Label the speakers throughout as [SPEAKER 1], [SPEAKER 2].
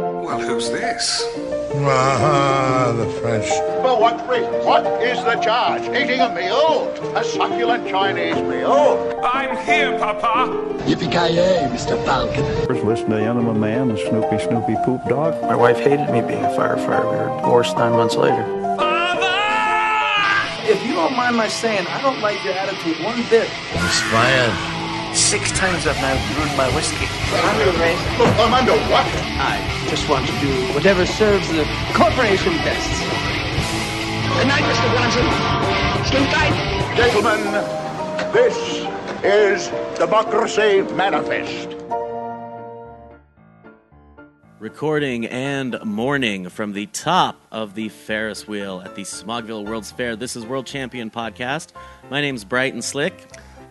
[SPEAKER 1] is this?
[SPEAKER 2] Ah, the French.
[SPEAKER 3] For what reason? What is the charge? Eating a meal? A succulent Chinese meal?
[SPEAKER 4] I'm here, Papa.
[SPEAKER 5] Yippee-ki-yay, Mr. Falcon.
[SPEAKER 6] First, listen to the Enema Man, the Snoopy Snoopy Poop Dog.
[SPEAKER 7] My wife hated me being a firefighter. We were divorced nine months later.
[SPEAKER 4] Father!
[SPEAKER 7] If you don't mind my saying, I don't like your attitude one bit.
[SPEAKER 2] Inspired.
[SPEAKER 7] Six times I've now ruined my whiskey.
[SPEAKER 3] I'm under arrest. I'm under Oh, what?
[SPEAKER 7] I just want to do whatever serves the corporation best.
[SPEAKER 5] Good night, Mr. Bronson. Sleep tight.
[SPEAKER 3] Gentlemen, this is Democracy Manifest.
[SPEAKER 8] Recording and morning from the top of the Ferris wheel at the Smogville World's Fair. This is World Champion Podcast. My name's Brighton Slick.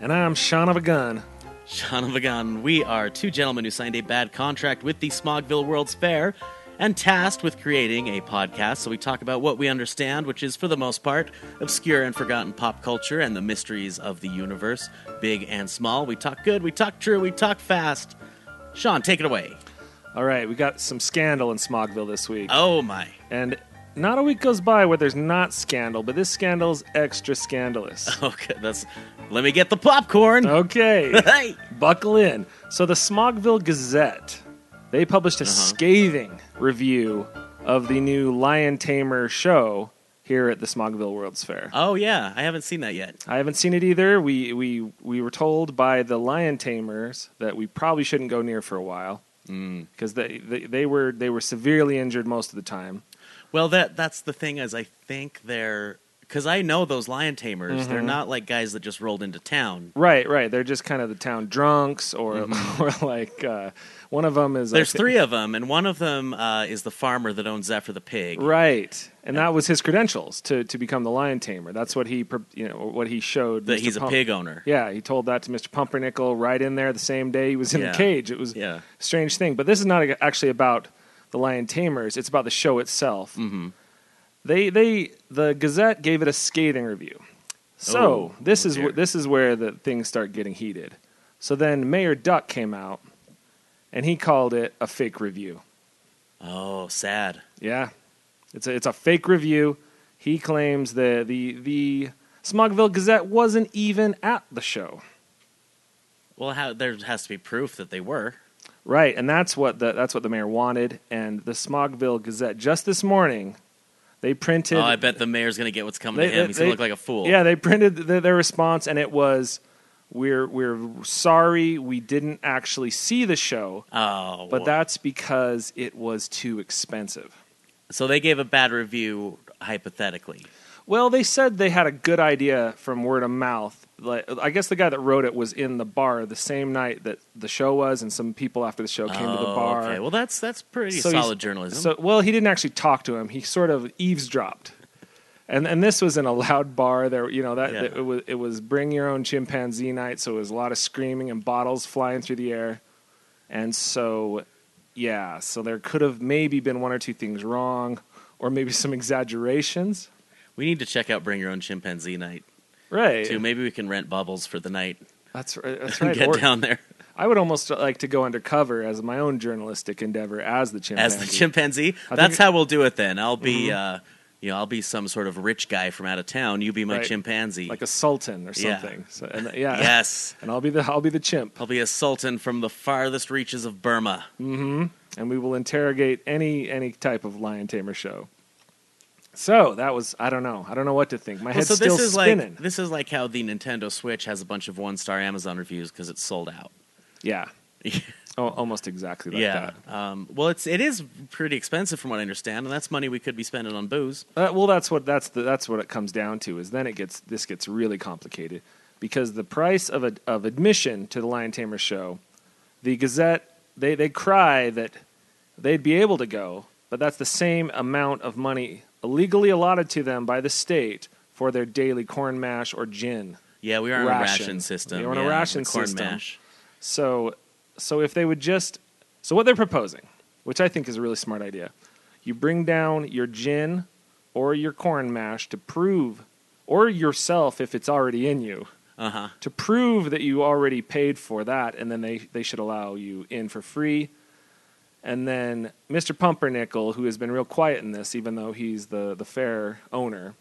[SPEAKER 9] And I'm Sean of a Gun.
[SPEAKER 8] Sean of a Gun. We are two gentlemen who signed a bad contract with the Smogville World's Fair and tasked with creating a podcast so we talk about what we understand, which is for the most part obscure and forgotten pop culture and the mysteries of the universe, big and small. We talk good, we talk true, we talk fast. Sean, take it away.
[SPEAKER 9] All right, we got some scandal in Smogville this week.
[SPEAKER 8] Oh my.
[SPEAKER 9] And not a week goes by where there's not scandal, but this scandal's extra scandalous.
[SPEAKER 8] Okay, that's let me get the popcorn.
[SPEAKER 9] Okay.
[SPEAKER 8] hey.
[SPEAKER 9] Buckle in. So the Smogville Gazette, they published a
[SPEAKER 8] Uh-huh.
[SPEAKER 9] scathing review of the new Lion Tamer show here at the Smogville World's Fair.
[SPEAKER 8] Oh yeah, I haven't seen that yet.
[SPEAKER 9] I haven't seen it either. We we we were told by the lion tamers that we probably shouldn't go near for a while because they, they they were they were severely injured most of the time.
[SPEAKER 8] Well, that that's the thing is I think they're because I know those lion tamers. They're not like guys that just rolled into town.
[SPEAKER 9] Mm-hmm. Right, right. They're just kind of the town drunks or or like uh, one of them is
[SPEAKER 8] Mm-hmm. There's
[SPEAKER 9] I thi-
[SPEAKER 8] three of them, and one of them uh, is the farmer that owns Zephyr the pig.
[SPEAKER 9] Right, and that was his credentials to, to become the lion tamer. That's what he pro- you know what he showed
[SPEAKER 8] That
[SPEAKER 9] Mr.
[SPEAKER 8] he's a
[SPEAKER 9] Pump-
[SPEAKER 8] pig owner.
[SPEAKER 9] Yeah, he told that to Mr. Pumpernickel right in there the same day he was in
[SPEAKER 8] Yeah.
[SPEAKER 9] the cage. It was
[SPEAKER 8] Yeah.
[SPEAKER 9] a strange thing. But this is not actually about the Lion Tamers, it's about the show itself. Mm-hmm. They, they, the Gazette gave it a scathing review. So
[SPEAKER 8] Oh,
[SPEAKER 9] this
[SPEAKER 8] oh
[SPEAKER 9] is
[SPEAKER 8] dear.
[SPEAKER 9] wh- this is where the things start getting heated. So then Mayor Duck came out and he called it a fake review.
[SPEAKER 8] Oh, sad.
[SPEAKER 9] Yeah, it's a, it's a fake review. He claims the the the Smogville Gazette wasn't even at the show.
[SPEAKER 8] Well, how, there has to be proof that they were.
[SPEAKER 9] Right, and that's what the that's what the mayor wanted. And the Smogville Gazette just this morning, they printed.
[SPEAKER 8] Oh, I bet the mayor's going to get what's coming
[SPEAKER 9] they-
[SPEAKER 8] to him.
[SPEAKER 9] they-
[SPEAKER 8] He's going
[SPEAKER 9] they-
[SPEAKER 8] to look like a fool.
[SPEAKER 9] Yeah, they printed the, their response, and it was, "We're we're sorry, we didn't actually see the show,
[SPEAKER 8] Oh,
[SPEAKER 9] but that's because it was too expensive."
[SPEAKER 8] so they gave a bad review hypothetically.
[SPEAKER 9] Well, they said they had a good idea from word of mouth. Like, I guess the guy that wrote it was in the bar the same night that the show was, and some people after the show came to the
[SPEAKER 8] Oh,
[SPEAKER 9] bar.
[SPEAKER 8] Okay, well that's that's pretty
[SPEAKER 9] So he's-
[SPEAKER 8] solid journalism.
[SPEAKER 9] So, well, he didn't actually talk to him. He sort of eavesdropped, and and this was in a loud bar. There, you know that,
[SPEAKER 8] Yeah.
[SPEAKER 9] that it was it was bring your own chimpanzee night. So it was a lot of screaming and bottles flying through the air, and so yeah, so there could have maybe been one or two things wrong, or maybe some exaggerations.
[SPEAKER 8] we need to check out Bring Your Own Chimpanzee Night
[SPEAKER 9] Right.
[SPEAKER 8] too. Maybe we can rent bubbles for the night
[SPEAKER 9] That's right. That's
[SPEAKER 8] and
[SPEAKER 9] right.
[SPEAKER 8] get
[SPEAKER 9] Or-
[SPEAKER 8] down there
[SPEAKER 9] I would almost uh, like to go undercover as my own journalistic endeavor as the
[SPEAKER 8] as
[SPEAKER 9] chimpanzee.
[SPEAKER 8] the chimpanzee.
[SPEAKER 9] I
[SPEAKER 8] That's
[SPEAKER 9] think- Mm-hmm.
[SPEAKER 8] how we'll do it then. I'll be uh, you know I'll be some sort of rich guy from out of town. You be my
[SPEAKER 9] Right.
[SPEAKER 8] chimpanzee.
[SPEAKER 9] like a sultan or
[SPEAKER 8] Yeah.
[SPEAKER 9] something. So, and, uh, yeah.
[SPEAKER 8] yes,
[SPEAKER 9] And I'll be the I'll be the chimp.
[SPEAKER 8] I'll be a sultan from the farthest reaches of Burma.
[SPEAKER 9] and we will interrogate any any type of lion tamer show. So that was I don't know I don't know what to think. My
[SPEAKER 8] Well,
[SPEAKER 9] head's
[SPEAKER 8] so
[SPEAKER 9] still
[SPEAKER 8] this is
[SPEAKER 9] spinning.
[SPEAKER 8] like this is like how the Nintendo Switch has a bunch of one star Amazon reviews because it's sold out.
[SPEAKER 9] yeah, oh, almost exactly like
[SPEAKER 8] yeah. Um, well, it's it is pretty expensive from what I understand, and that's money we could be spending on booze.
[SPEAKER 9] that. Uh, well, that's what that's the, that's what it comes down to is then it gets this gets really complicated because the price of a, of admission to the lion tamer show, the Gazette they they cry that they'd be able to go, but that's the same amount of money illegally allotted to them by the state for their daily corn mash or gin.
[SPEAKER 8] Yeah, we are on a
[SPEAKER 9] Ration.
[SPEAKER 8] ration system.
[SPEAKER 9] You're on a
[SPEAKER 8] yeah,
[SPEAKER 9] ration
[SPEAKER 8] the corn
[SPEAKER 9] system.
[SPEAKER 8] mash.
[SPEAKER 9] So, so if they would just, so what they're proposing, which I think is a really smart idea, you bring down your gin or your corn mash to prove, or yourself if it's already in you,
[SPEAKER 8] Uh huh.
[SPEAKER 9] to prove that you already paid for that, and then they they should allow you in for free. And then Mr. Pumpernickel, who has been real quiet in this, even though he's the, the fair owner,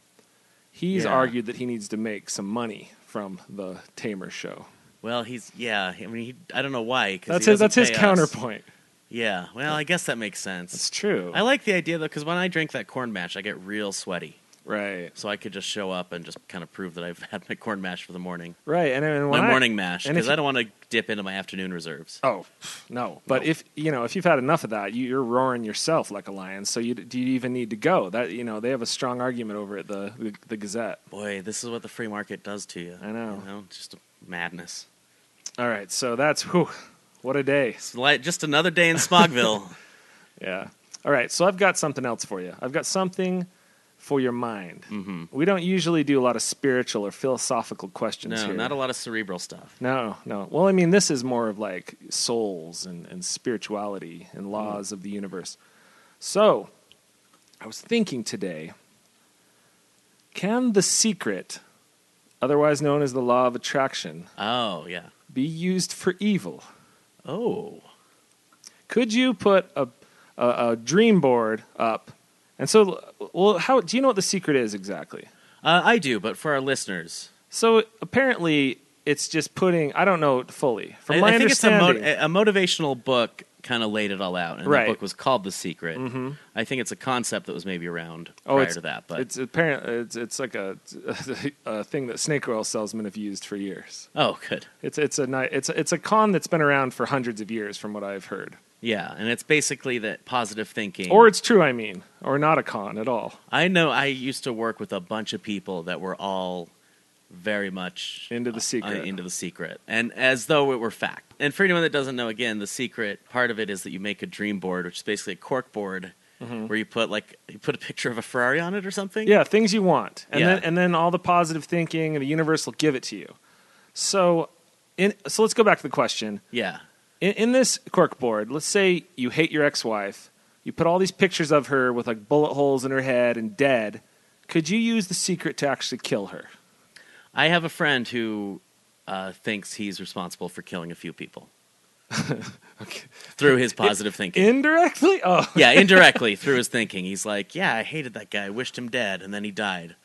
[SPEAKER 9] he's
[SPEAKER 8] Yeah.
[SPEAKER 9] argued that he needs to make some money from the Tamer show.
[SPEAKER 8] Well, he's yeah. I mean, he, I don't know why. 'cause
[SPEAKER 9] That's
[SPEAKER 8] he
[SPEAKER 9] his, that's
[SPEAKER 8] doesn't
[SPEAKER 9] his
[SPEAKER 8] pay us.
[SPEAKER 9] counterpoint.
[SPEAKER 8] Yeah. Well, I guess that makes
[SPEAKER 9] It's
[SPEAKER 8] sense.
[SPEAKER 9] true.
[SPEAKER 8] I like the idea though, because when I drink that corn mash, I get real sweaty.
[SPEAKER 9] right.
[SPEAKER 8] So I could just show up and just kind of prove that I've had my corn mash for the morning,
[SPEAKER 9] Right. And, and when
[SPEAKER 8] my
[SPEAKER 9] I-
[SPEAKER 8] morning mash,
[SPEAKER 9] and if
[SPEAKER 8] because I don't want to dip into my afternoon reserves.
[SPEAKER 9] Oh pff, no! But if you know if you've had enough of that, you, you're roaring yourself like a lion. So you, do you even need to go? That you know they have a strong argument over at the the, the Gazette.
[SPEAKER 8] Boy, this is what the free market does to you.
[SPEAKER 9] I know.
[SPEAKER 8] You just madness.
[SPEAKER 9] All right, so that's whew, what a day.
[SPEAKER 8] It's like just another day in Smogville.
[SPEAKER 9] Yeah. All right, so I've got something else for you. I've got something for your mind. Mm-hmm. We don't usually do a lot of spiritual or philosophical questions
[SPEAKER 8] no,
[SPEAKER 9] here.
[SPEAKER 8] not a lot of cerebral stuff.
[SPEAKER 9] No, no. Well, I mean, this is more of like souls and, and spirituality
[SPEAKER 8] Mm.
[SPEAKER 9] and laws of the universe. So, I was thinking today can the secret, otherwise known as the law of attraction,
[SPEAKER 8] Oh yeah.
[SPEAKER 9] be used for evil?
[SPEAKER 8] Oh.
[SPEAKER 9] Could you put a, a, a dream board up? And so, well, how do you know what the secret is exactly?
[SPEAKER 8] Uh, I do, but for our listeners,
[SPEAKER 9] So apparently, it's just putting. I don't know fully. From
[SPEAKER 8] I,
[SPEAKER 9] my
[SPEAKER 8] I think it's a,
[SPEAKER 9] understanding,
[SPEAKER 8] mo- a motivational book kind of laid it all out, and
[SPEAKER 9] Right. Mm-hmm.
[SPEAKER 8] the book was called "The Secret." I think it's a concept that was maybe around
[SPEAKER 9] Oh,
[SPEAKER 8] prior
[SPEAKER 9] it's,
[SPEAKER 8] to that, but
[SPEAKER 9] it's apparent. It's it's like a, a thing that snake oil salesmen have used for years.
[SPEAKER 8] oh, good,
[SPEAKER 9] It's it's a ni- it's it's a con that's been around for hundreds of years, from what I've heard.
[SPEAKER 8] yeah, and it's basically that positive thinking.
[SPEAKER 9] Or it's true, I mean, or not a con at all.
[SPEAKER 8] I know I used to work with a bunch of people that were all very much
[SPEAKER 9] Into the secret.
[SPEAKER 8] uh, into the secret, and as though it were fact. And for anyone that doesn't know, again, the secret part of it is that you make a dream board, which is basically a cork board. Where you put like you put a picture of a Ferrari on it or something?
[SPEAKER 9] Mm-hmm. Yeah, things you want, and
[SPEAKER 8] Yeah.
[SPEAKER 9] then and then all the positive thinking and the universe will give it to you. So, in so let's go back to the question.
[SPEAKER 8] yeah,
[SPEAKER 9] In, in this cork board, let's say you hate your ex-wife. You put all these pictures of her with like bullet holes in her head and dead. Could you use the secret to actually kill her?
[SPEAKER 8] I have a friend who uh, thinks he's responsible for killing a few people through his positive thinking.
[SPEAKER 9] Indirectly? Oh,
[SPEAKER 8] yeah, indirectly through his thinking. He's like, yeah, I hated that guy, wished him dead, and then he died.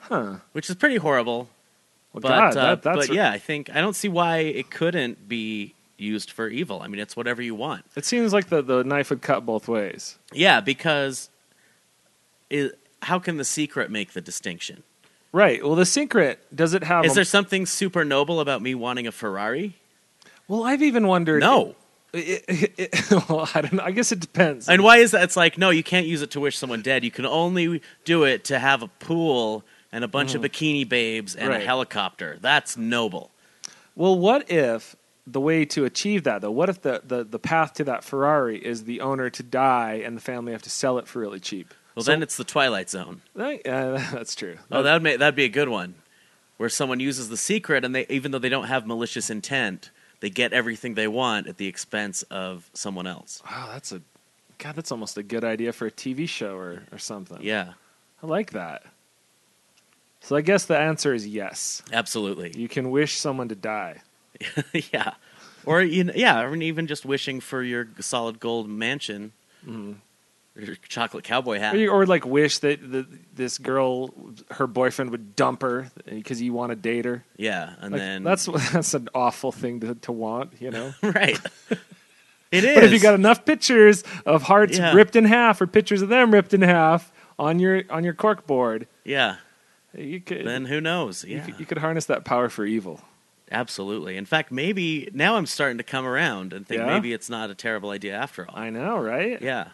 [SPEAKER 8] Huh. Which is pretty horrible.
[SPEAKER 9] well,
[SPEAKER 8] But,
[SPEAKER 9] God,
[SPEAKER 8] uh,
[SPEAKER 9] that, that's
[SPEAKER 8] but yeah, I think, I don't see why it couldn't be used for evil. I mean, it's whatever you want.
[SPEAKER 9] It seems like the, the knife would cut both ways.
[SPEAKER 8] Yeah, because it, how can the secret make the distinction?
[SPEAKER 9] Right. Well, the secret does it have?
[SPEAKER 8] Is
[SPEAKER 9] a-
[SPEAKER 8] there something super noble about me wanting a Ferrari?
[SPEAKER 9] well, I've even wondered.
[SPEAKER 8] No.
[SPEAKER 9] It- it- it- well, I don't know. I guess it depends.
[SPEAKER 8] And why is that? It's like, no, you can't use it to wish someone dead. You can only do it to have a pool and a bunch of bikini babes and
[SPEAKER 9] Mm-hmm. Right.
[SPEAKER 8] a helicopter. That's noble.
[SPEAKER 9] Well, what if the way to achieve that though? What if the, the, the path to that Ferrari is the owner to die and the family have to sell it for really cheap?
[SPEAKER 8] Well, then it's the Twilight Zone.
[SPEAKER 9] That- uh, that's true.
[SPEAKER 8] Oh, that would make, that'd be a good one, where someone uses the secret and they, even though they don't have malicious intent, they get everything they want at the expense of someone else.
[SPEAKER 9] Wow, that's a God. That's almost a good idea for a TV show or, or something.
[SPEAKER 8] Yeah,
[SPEAKER 9] I like that. So I guess the answer is yes.
[SPEAKER 8] absolutely.
[SPEAKER 9] You can wish someone to die.
[SPEAKER 8] yeah, or you know, yeah, or even just wishing for your solid gold mansion, or your chocolate cowboy hat.
[SPEAKER 9] Mm-hmm. Or, you, or like wish that the, this girl, her boyfriend would dump her because you want to date her.
[SPEAKER 8] yeah, and
[SPEAKER 9] Like,
[SPEAKER 8] then
[SPEAKER 9] that's that's an awful thing to, to want, you know.
[SPEAKER 8] Right. It is.
[SPEAKER 9] But if you got enough pictures of hearts
[SPEAKER 8] Yeah.
[SPEAKER 9] ripped in half or pictures of them ripped in half on your on your cork board,
[SPEAKER 8] yeah.
[SPEAKER 9] you could
[SPEAKER 8] Then who knows?
[SPEAKER 9] you,
[SPEAKER 8] Yeah.
[SPEAKER 9] could, you could harness that power for evil.
[SPEAKER 8] Absolutely. In fact, maybe now I'm starting to come around and think
[SPEAKER 9] Yeah?
[SPEAKER 8] maybe it's not a terrible idea after all.
[SPEAKER 9] I know, right?
[SPEAKER 8] yeah.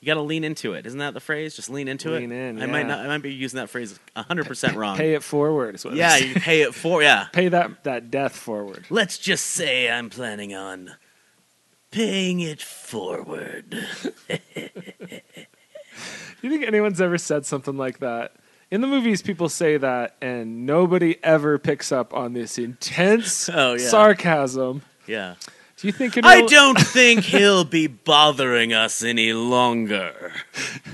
[SPEAKER 8] You got to lean into it. Isn't that the phrase? Just lean into
[SPEAKER 9] Lean
[SPEAKER 8] it.
[SPEAKER 9] in,
[SPEAKER 8] I might
[SPEAKER 9] yeah.
[SPEAKER 8] not I might be using that phrase 100% wrong.
[SPEAKER 9] Pay it forward. Is what it
[SPEAKER 8] yeah,
[SPEAKER 9] is.
[SPEAKER 8] you pay it for yeah.
[SPEAKER 9] pay that that death forward.
[SPEAKER 8] Let's just say I'm planning on paying it forward.
[SPEAKER 9] Do you think anyone's ever said something like that? In the movies, people say that, and nobody ever picks up on this intense
[SPEAKER 8] Oh, yeah.
[SPEAKER 9] sarcasm.
[SPEAKER 8] Yeah.
[SPEAKER 9] Do you think? in
[SPEAKER 8] I
[SPEAKER 9] real-
[SPEAKER 8] don't think he'll be bothering us any longer.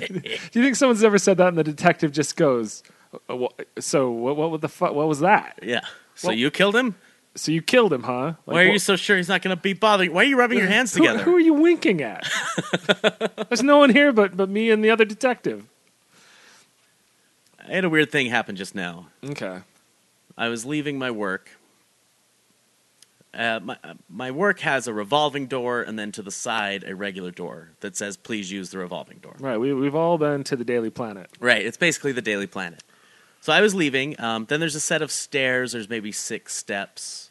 [SPEAKER 9] Do you think someone's ever said that, and the detective just goes, "Uh, wha- "So what? What, the fu- What was that?"
[SPEAKER 8] Yeah. So
[SPEAKER 9] Well-
[SPEAKER 8] you killed him?
[SPEAKER 9] So you killed him, huh? Like,
[SPEAKER 8] Why are
[SPEAKER 9] wh-
[SPEAKER 8] you so sure he's not going to be bothered? Why are you rubbing your hands
[SPEAKER 9] who,
[SPEAKER 8] together?
[SPEAKER 9] who are you winking at? There's no one here but but me and the other detective.
[SPEAKER 8] I had a weird thing happen just now.
[SPEAKER 9] Okay.
[SPEAKER 8] I was leaving my work. Uh, my uh, my work has a revolving door and then to the side a regular door that says please use the revolving door.
[SPEAKER 9] Right. We we've all been to the Daily Planet.
[SPEAKER 8] Right. It's basically the Daily Planet. So I was leaving. Um, then there's a set of stairs. There's maybe six steps.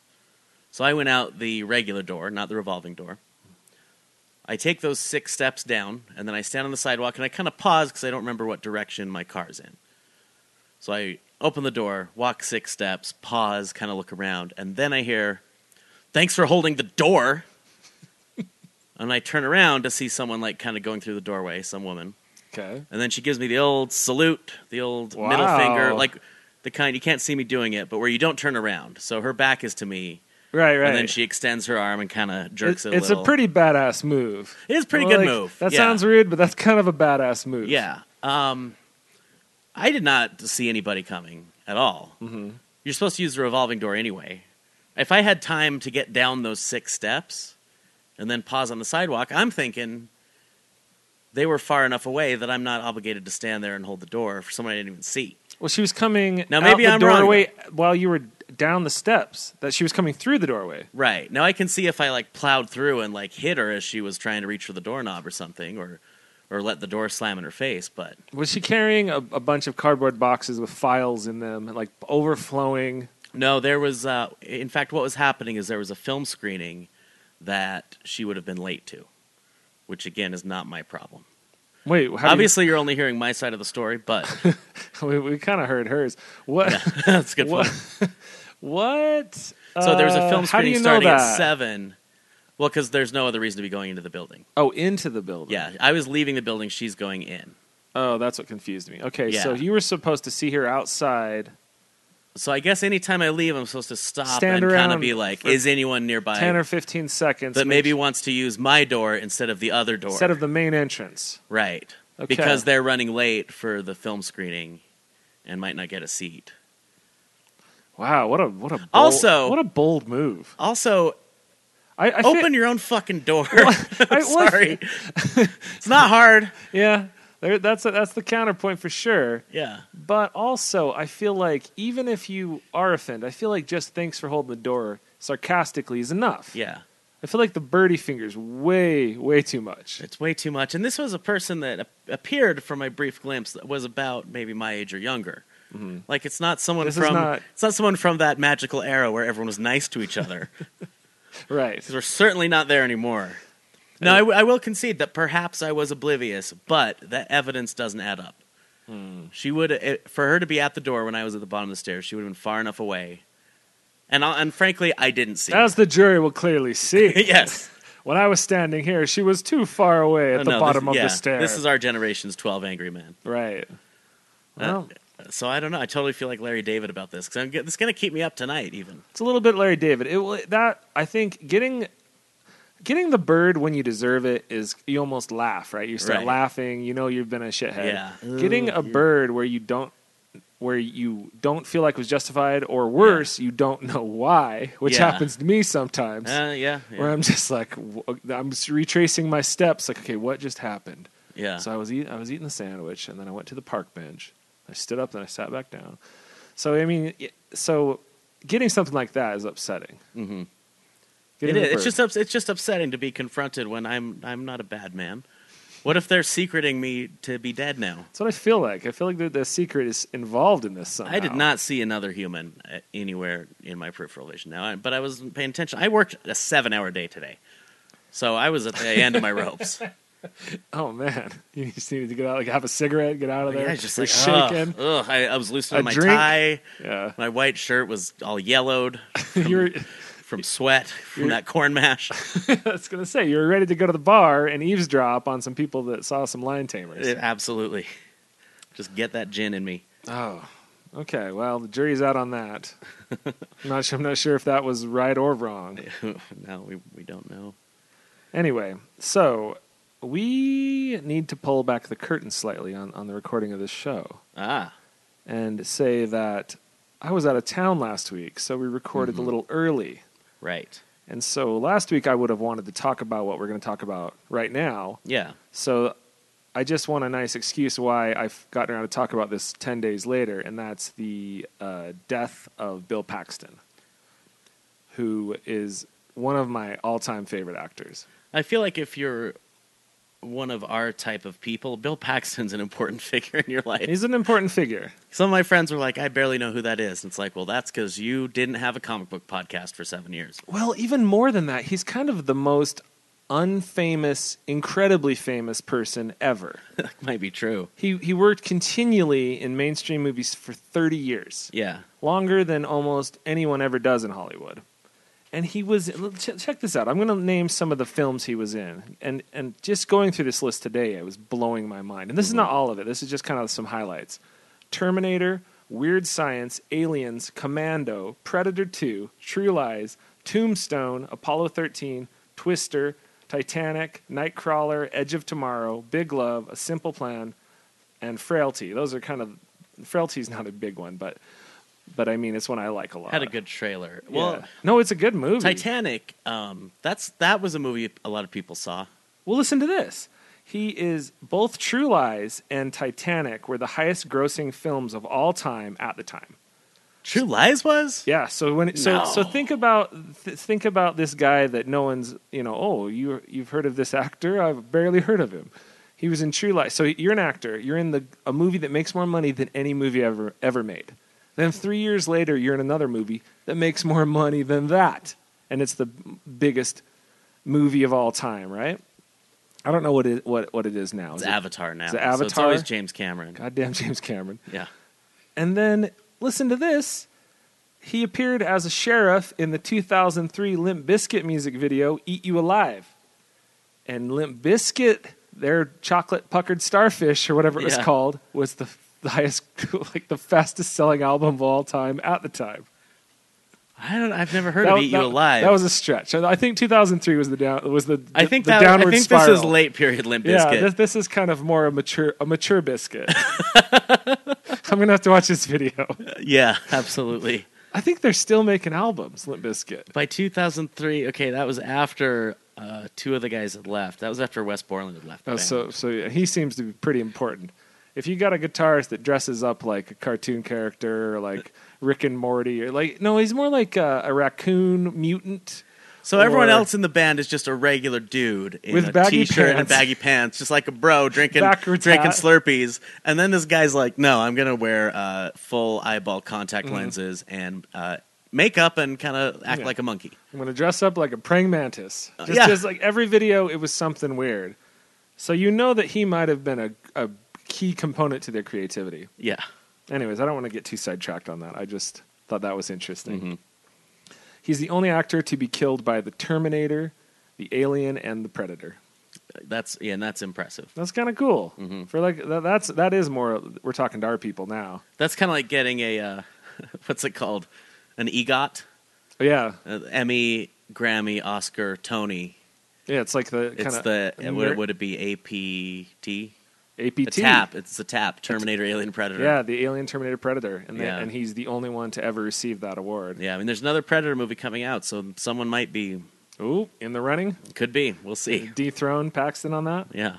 [SPEAKER 8] So I went out the regular door, not the revolving door. I take those six steps down, and then I stand on the sidewalk and I kind of pause because I don't remember what direction my car's in. So I open the door, walk six steps, pause, kind of look around, and then I hear, Thanks for holding the door. and I turn around to see someone like kind of going through the doorway, some woman.
[SPEAKER 9] Okay.
[SPEAKER 8] And then she gives me the old salute, the old
[SPEAKER 9] Wow.
[SPEAKER 8] middle finger, like the kind you can't see me doing it, but where you don't turn around. So her back is to me,
[SPEAKER 9] Right. Right.
[SPEAKER 8] and then she extends her arm and kind of
[SPEAKER 9] It's,
[SPEAKER 8] jerks it,
[SPEAKER 9] it's
[SPEAKER 8] little.
[SPEAKER 9] a pretty badass move.
[SPEAKER 8] It is a pretty
[SPEAKER 9] Like,
[SPEAKER 8] good move.
[SPEAKER 9] That
[SPEAKER 8] yeah.
[SPEAKER 9] sounds rude, but that's kind of a badass move.
[SPEAKER 8] Yeah. Um, I did not see anybody coming at all. Mm-hmm. You're supposed to use the revolving door anyway. If I had time to get down those six steps and then pause on the sidewalk, I'm thinking they were far enough away that I'm not obligated to stand there and hold the door for someone I didn't even see.
[SPEAKER 9] Well, she was coming
[SPEAKER 8] Now,
[SPEAKER 9] out
[SPEAKER 8] maybe
[SPEAKER 9] the
[SPEAKER 8] I'm wrong,
[SPEAKER 9] doorway while you were down the steps. That she was coming through the doorway.
[SPEAKER 8] Right. Now I can see if I like plowed through and like hit her as she was trying to reach for the doorknob or something or or let the door slam in her face, but
[SPEAKER 9] Was she carrying a, a bunch of cardboard boxes with files in them, like overflowing?
[SPEAKER 8] no, there was uh in fact what was happening is there was a film screening that she would have been late to, which again is not my problem.
[SPEAKER 9] Wait, how do you-
[SPEAKER 8] Obviously you're only hearing my side of the story, but
[SPEAKER 9] we, we kind of heard hers. What?
[SPEAKER 8] that's a good
[SPEAKER 9] what?
[SPEAKER 8] point.
[SPEAKER 9] what? So
[SPEAKER 8] So there was a film
[SPEAKER 9] how do
[SPEAKER 8] screening
[SPEAKER 9] you know
[SPEAKER 8] starting
[SPEAKER 9] that?
[SPEAKER 8] at 7. Well, cuz there's no other reason to be going into the building.
[SPEAKER 9] Oh, into the building.
[SPEAKER 8] Yeah, I was leaving the building, she's going in.
[SPEAKER 9] Oh, that's what confused me. Okay,
[SPEAKER 8] Yeah.
[SPEAKER 9] so you were supposed to see her outside
[SPEAKER 8] So I guess anytime I leave, I'm supposed to stop
[SPEAKER 9] Stand
[SPEAKER 8] and kind of
[SPEAKER 9] around
[SPEAKER 8] be like,
[SPEAKER 9] for
[SPEAKER 8] "Is anyone nearby
[SPEAKER 9] ten or fifteen seconds,
[SPEAKER 8] that
[SPEAKER 9] make
[SPEAKER 8] maybe
[SPEAKER 9] sure-
[SPEAKER 8] wants to use my door instead of the other door?"
[SPEAKER 9] instead of the main entrance.
[SPEAKER 8] right,
[SPEAKER 9] Okay.
[SPEAKER 8] because they're running late for the film screening and might not get a seat.
[SPEAKER 9] Wow, what a what a bold,
[SPEAKER 8] Also-
[SPEAKER 9] what a bold move.
[SPEAKER 8] Also,
[SPEAKER 9] I, I
[SPEAKER 8] open
[SPEAKER 9] Fit,
[SPEAKER 8] your own fucking door.
[SPEAKER 9] I-
[SPEAKER 8] I'm
[SPEAKER 9] well, I
[SPEAKER 8] sorry, it's not hard.
[SPEAKER 9] yeah, there, that's that's the counterpoint for sure.
[SPEAKER 8] Yeah,
[SPEAKER 9] But also, I feel like even if you are offended, I feel like just thanks for holding the door sarcastically is enough.
[SPEAKER 8] yeah.
[SPEAKER 9] I feel like the birdie fingers way way too much.
[SPEAKER 8] It's way too much. And this was a person that ap- appeared from my brief glimpse that was about maybe my age or younger. Like it's not
[SPEAKER 9] Mm-hmm.
[SPEAKER 8] someone
[SPEAKER 9] This is
[SPEAKER 8] from
[SPEAKER 9] not-
[SPEAKER 8] it's not someone from that magical era where everyone was nice to each other.
[SPEAKER 9] Right.
[SPEAKER 8] Because we're certainly not there anymore. Now I, w- I will concede that perhaps I was oblivious, but that evidence doesn't add up. She would it, for her to be at the door when I was at the bottom of the stairs. She would have been far enough away, and I, and frankly, I didn't see. her.
[SPEAKER 9] As the jury will clearly see,
[SPEAKER 8] yes,
[SPEAKER 9] when I was standing here, she was too far away at
[SPEAKER 8] Oh,
[SPEAKER 9] the
[SPEAKER 8] no,
[SPEAKER 9] bottom
[SPEAKER 8] this,
[SPEAKER 9] of
[SPEAKER 8] yeah,
[SPEAKER 9] the stair.
[SPEAKER 8] This is our generation's twelve angry men. Uh,
[SPEAKER 9] right. Well,
[SPEAKER 8] So I don't know. I totally feel like Larry David about this because it's going to keep me up tonight. Even
[SPEAKER 9] It's a little bit Larry David. It will that I think getting getting the bird when you deserve it is you almost laugh, right? You start
[SPEAKER 8] Right.
[SPEAKER 9] laughing, you know you've been a shithead.
[SPEAKER 8] Yeah.
[SPEAKER 9] Getting a bird where you don't where you don't feel like it was justified or worse, you don't know why, which
[SPEAKER 8] Yeah.
[SPEAKER 9] happens to me sometimes.
[SPEAKER 8] uh, yeah,
[SPEAKER 9] Where
[SPEAKER 8] yeah,
[SPEAKER 9] I'm just like w- I'm just retracing my steps like okay, what just happened?
[SPEAKER 8] yeah.
[SPEAKER 9] So I was eat, I was eating the sandwich, and then I went to the park bench. I stood up, then I sat back down. So I mean, y- so getting something like that is upsetting. Mm-hmm.
[SPEAKER 8] It is. It's just ups- it's just upsetting to be confronted when I'm I'm not a bad man. What if they're secreting me to be dead now?
[SPEAKER 9] that's what I feel like. I feel like the, the secret is involved in this. Somehow.
[SPEAKER 8] I did not see another human uh, anywhere in my peripheral vision now, I- but I wasn't paying attention. I worked a seven-hour day today, so I was at the end of my ropes.
[SPEAKER 9] Oh man, you just needed to get out, like have a cigarette, get out of there.
[SPEAKER 8] Oh, Yeah, it's just
[SPEAKER 9] You're
[SPEAKER 8] like shaking.
[SPEAKER 9] shaking.
[SPEAKER 8] Ugh, I, I was loosening
[SPEAKER 9] A
[SPEAKER 8] my
[SPEAKER 9] drink?
[SPEAKER 8] tie.
[SPEAKER 9] Yeah,
[SPEAKER 8] My white shirt was all yellowed
[SPEAKER 9] you're.
[SPEAKER 8] from sweat from that corn mash.
[SPEAKER 9] I was gonna say you're ready to go to the bar and eavesdrop on some people that saw some lion tamers.
[SPEAKER 8] It- absolutely. Just get that gin in me.
[SPEAKER 9] Oh, okay. Well, the jury's out on that. I'm not sure. I'm not sure if that was right or wrong.
[SPEAKER 8] no, we, we don't know.
[SPEAKER 9] Anyway, so we need to pull back the curtain slightly on, on the recording of this show
[SPEAKER 8] Ah,
[SPEAKER 9] and say that I was out of town last week, so we recorded a little early.
[SPEAKER 8] Right.
[SPEAKER 9] And so last week I would have wanted to talk about what we're going to talk about right now.
[SPEAKER 8] Yeah.
[SPEAKER 9] So I just want a nice excuse why I've gotten around to talk about this 10 days later, and that's the uh, death of Bill Paxton, who is one of my all time favorite actors.
[SPEAKER 8] I feel like if you're one of our type of people, Bill Paxton's an important figure in your life.
[SPEAKER 9] He's an important figure.
[SPEAKER 8] Some of my friends were like, I barely know who that is. And it's like, well, that's because you didn't have a comic book podcast for seven years.
[SPEAKER 9] Well, even more than that, he's kind of the most unfamous, incredibly famous person ever.
[SPEAKER 8] that might be true.
[SPEAKER 9] he, he worked continually in mainstream movies for 30 years.
[SPEAKER 8] Yeah.
[SPEAKER 9] longer than almost anyone ever does in Hollywood. And he was l- ch- check this out. I'm going to name some of the films he was in, and and just going through this list today, it was blowing my mind. And this is not
[SPEAKER 8] Mm-hmm.
[SPEAKER 9] all of it. This is just kind of some highlights: Terminator, Weird Science, Aliens, Commando, Predator 2, True Lies, Tombstone, Apollo 13, Twister, Titanic, Nightcrawler, Edge of Tomorrow, Big Love, A Simple Plan, and Frailty. Those are kind of Frailty's not a big one, but but I mean, it's one I like a lot.
[SPEAKER 8] Had a good trailer.
[SPEAKER 9] Yeah.
[SPEAKER 8] Well,
[SPEAKER 9] no, it's a good movie.
[SPEAKER 8] Titanic, um, that's that was a movie a lot of people saw.
[SPEAKER 9] Well, listen to this. He is both True Lies and Titanic were the highest grossing films of all time at the time.
[SPEAKER 8] True Lies was?
[SPEAKER 9] Yeah, so when so
[SPEAKER 8] No.
[SPEAKER 9] so think about th- think about this guy that no one's you know oh you you've heard of this actor I've barely heard of him. He was in True Lies. So you're an actor. You're in the a movie that makes more money than any movie ever ever made. Then three years later, you're in another movie that makes more money than that, and it's the b- biggest movie of all time, right? I don't know what it what what it is now.
[SPEAKER 8] It's
[SPEAKER 9] Is it-
[SPEAKER 8] Avatar now.
[SPEAKER 9] Is it
[SPEAKER 8] So it's
[SPEAKER 9] Avatar?
[SPEAKER 8] always James Cameron.
[SPEAKER 9] Goddamn James Cameron.
[SPEAKER 8] Yeah.
[SPEAKER 9] And then listen to this. He appeared as a sheriff in the 2003 Limp Bizkit music video "Eat You Alive." And Limp Bizkit, their chocolate puckered starfish or whatever it was
[SPEAKER 8] Yeah.
[SPEAKER 9] called, was the, the highest, like the fastest selling album of all time at the time.
[SPEAKER 8] I don't I've never heard
[SPEAKER 9] That-
[SPEAKER 8] of Eat You
[SPEAKER 9] that-
[SPEAKER 8] Alive.
[SPEAKER 9] That was a stretch. I think 2003 was the down, was the,
[SPEAKER 8] I think
[SPEAKER 9] the
[SPEAKER 8] that
[SPEAKER 9] downward
[SPEAKER 8] I think
[SPEAKER 9] spiral.
[SPEAKER 8] this is late period Limp Bizkit.
[SPEAKER 9] Yeah, this, this is kind of more a mature a mature biscuit. I'm gonna have to watch this video.
[SPEAKER 8] yeah, absolutely.
[SPEAKER 9] I think they're still making albums, Limp Bizkit.
[SPEAKER 8] By 2003, okay, that was after uh, two of the guys had left. That was after Wes Borland had left. the
[SPEAKER 9] Oh,
[SPEAKER 8] band.
[SPEAKER 9] so so yeah, he seems to be pretty important. If you got a guitarist that dresses up like a cartoon character or like Rick and Morty or like no, he's more like a, a raccoon mutant.
[SPEAKER 8] So everyone
[SPEAKER 9] or-
[SPEAKER 8] else in the band is just a regular dude in
[SPEAKER 9] With
[SPEAKER 8] a
[SPEAKER 9] baggy
[SPEAKER 8] t-shirt and
[SPEAKER 9] pants.
[SPEAKER 8] baggy pants, just like a bro drinking
[SPEAKER 9] Backwards
[SPEAKER 8] drinking
[SPEAKER 9] hat.
[SPEAKER 8] Slurpees. And then this guy's like, "No, I'm gonna wear uh, full eyeball contact lenses and uh, makeup and kind of act
[SPEAKER 9] Mm-hmm. Yeah.
[SPEAKER 8] like a monkey."
[SPEAKER 9] I'm gonna dress up like a praying mantis. Just
[SPEAKER 8] yeah.
[SPEAKER 9] as like every video, it was something weird. So you know that he might have been a, a key component to their creativity.
[SPEAKER 8] Yeah,
[SPEAKER 9] Anyways, I don't want to get too sidetracked on that. I just thought that was interesting.
[SPEAKER 8] Mm-hmm.
[SPEAKER 9] He's the only actor to be killed by the Terminator, the Alien, and the Predator.
[SPEAKER 8] that's yeah, and that's impressive.
[SPEAKER 9] That's kind of cool.
[SPEAKER 8] Mm-hmm.
[SPEAKER 9] For like that, that's that is more. We're talking to our people now.
[SPEAKER 8] That's kind of like getting a uh, what's it called, an EGOT,
[SPEAKER 9] But Oh, yeah,
[SPEAKER 8] uh, Emmy, Grammy, Oscar, Tony.
[SPEAKER 9] yeah. It's like the kind
[SPEAKER 8] It's
[SPEAKER 9] of
[SPEAKER 8] the uh, would, would it be APT?
[SPEAKER 9] APT.
[SPEAKER 8] A tap. It's a tap. Terminator, Alien, Predator.
[SPEAKER 9] Yeah, the Alien Terminator Predator, and the-
[SPEAKER 8] Yeah.
[SPEAKER 9] and he's the only one to ever receive that award.
[SPEAKER 8] Yeah, I mean, there's another Predator movie coming out, so someone might be,
[SPEAKER 9] Ooh, in the running,
[SPEAKER 8] could be. We'll see.
[SPEAKER 9] dethrone Paxton on that.
[SPEAKER 8] Yeah,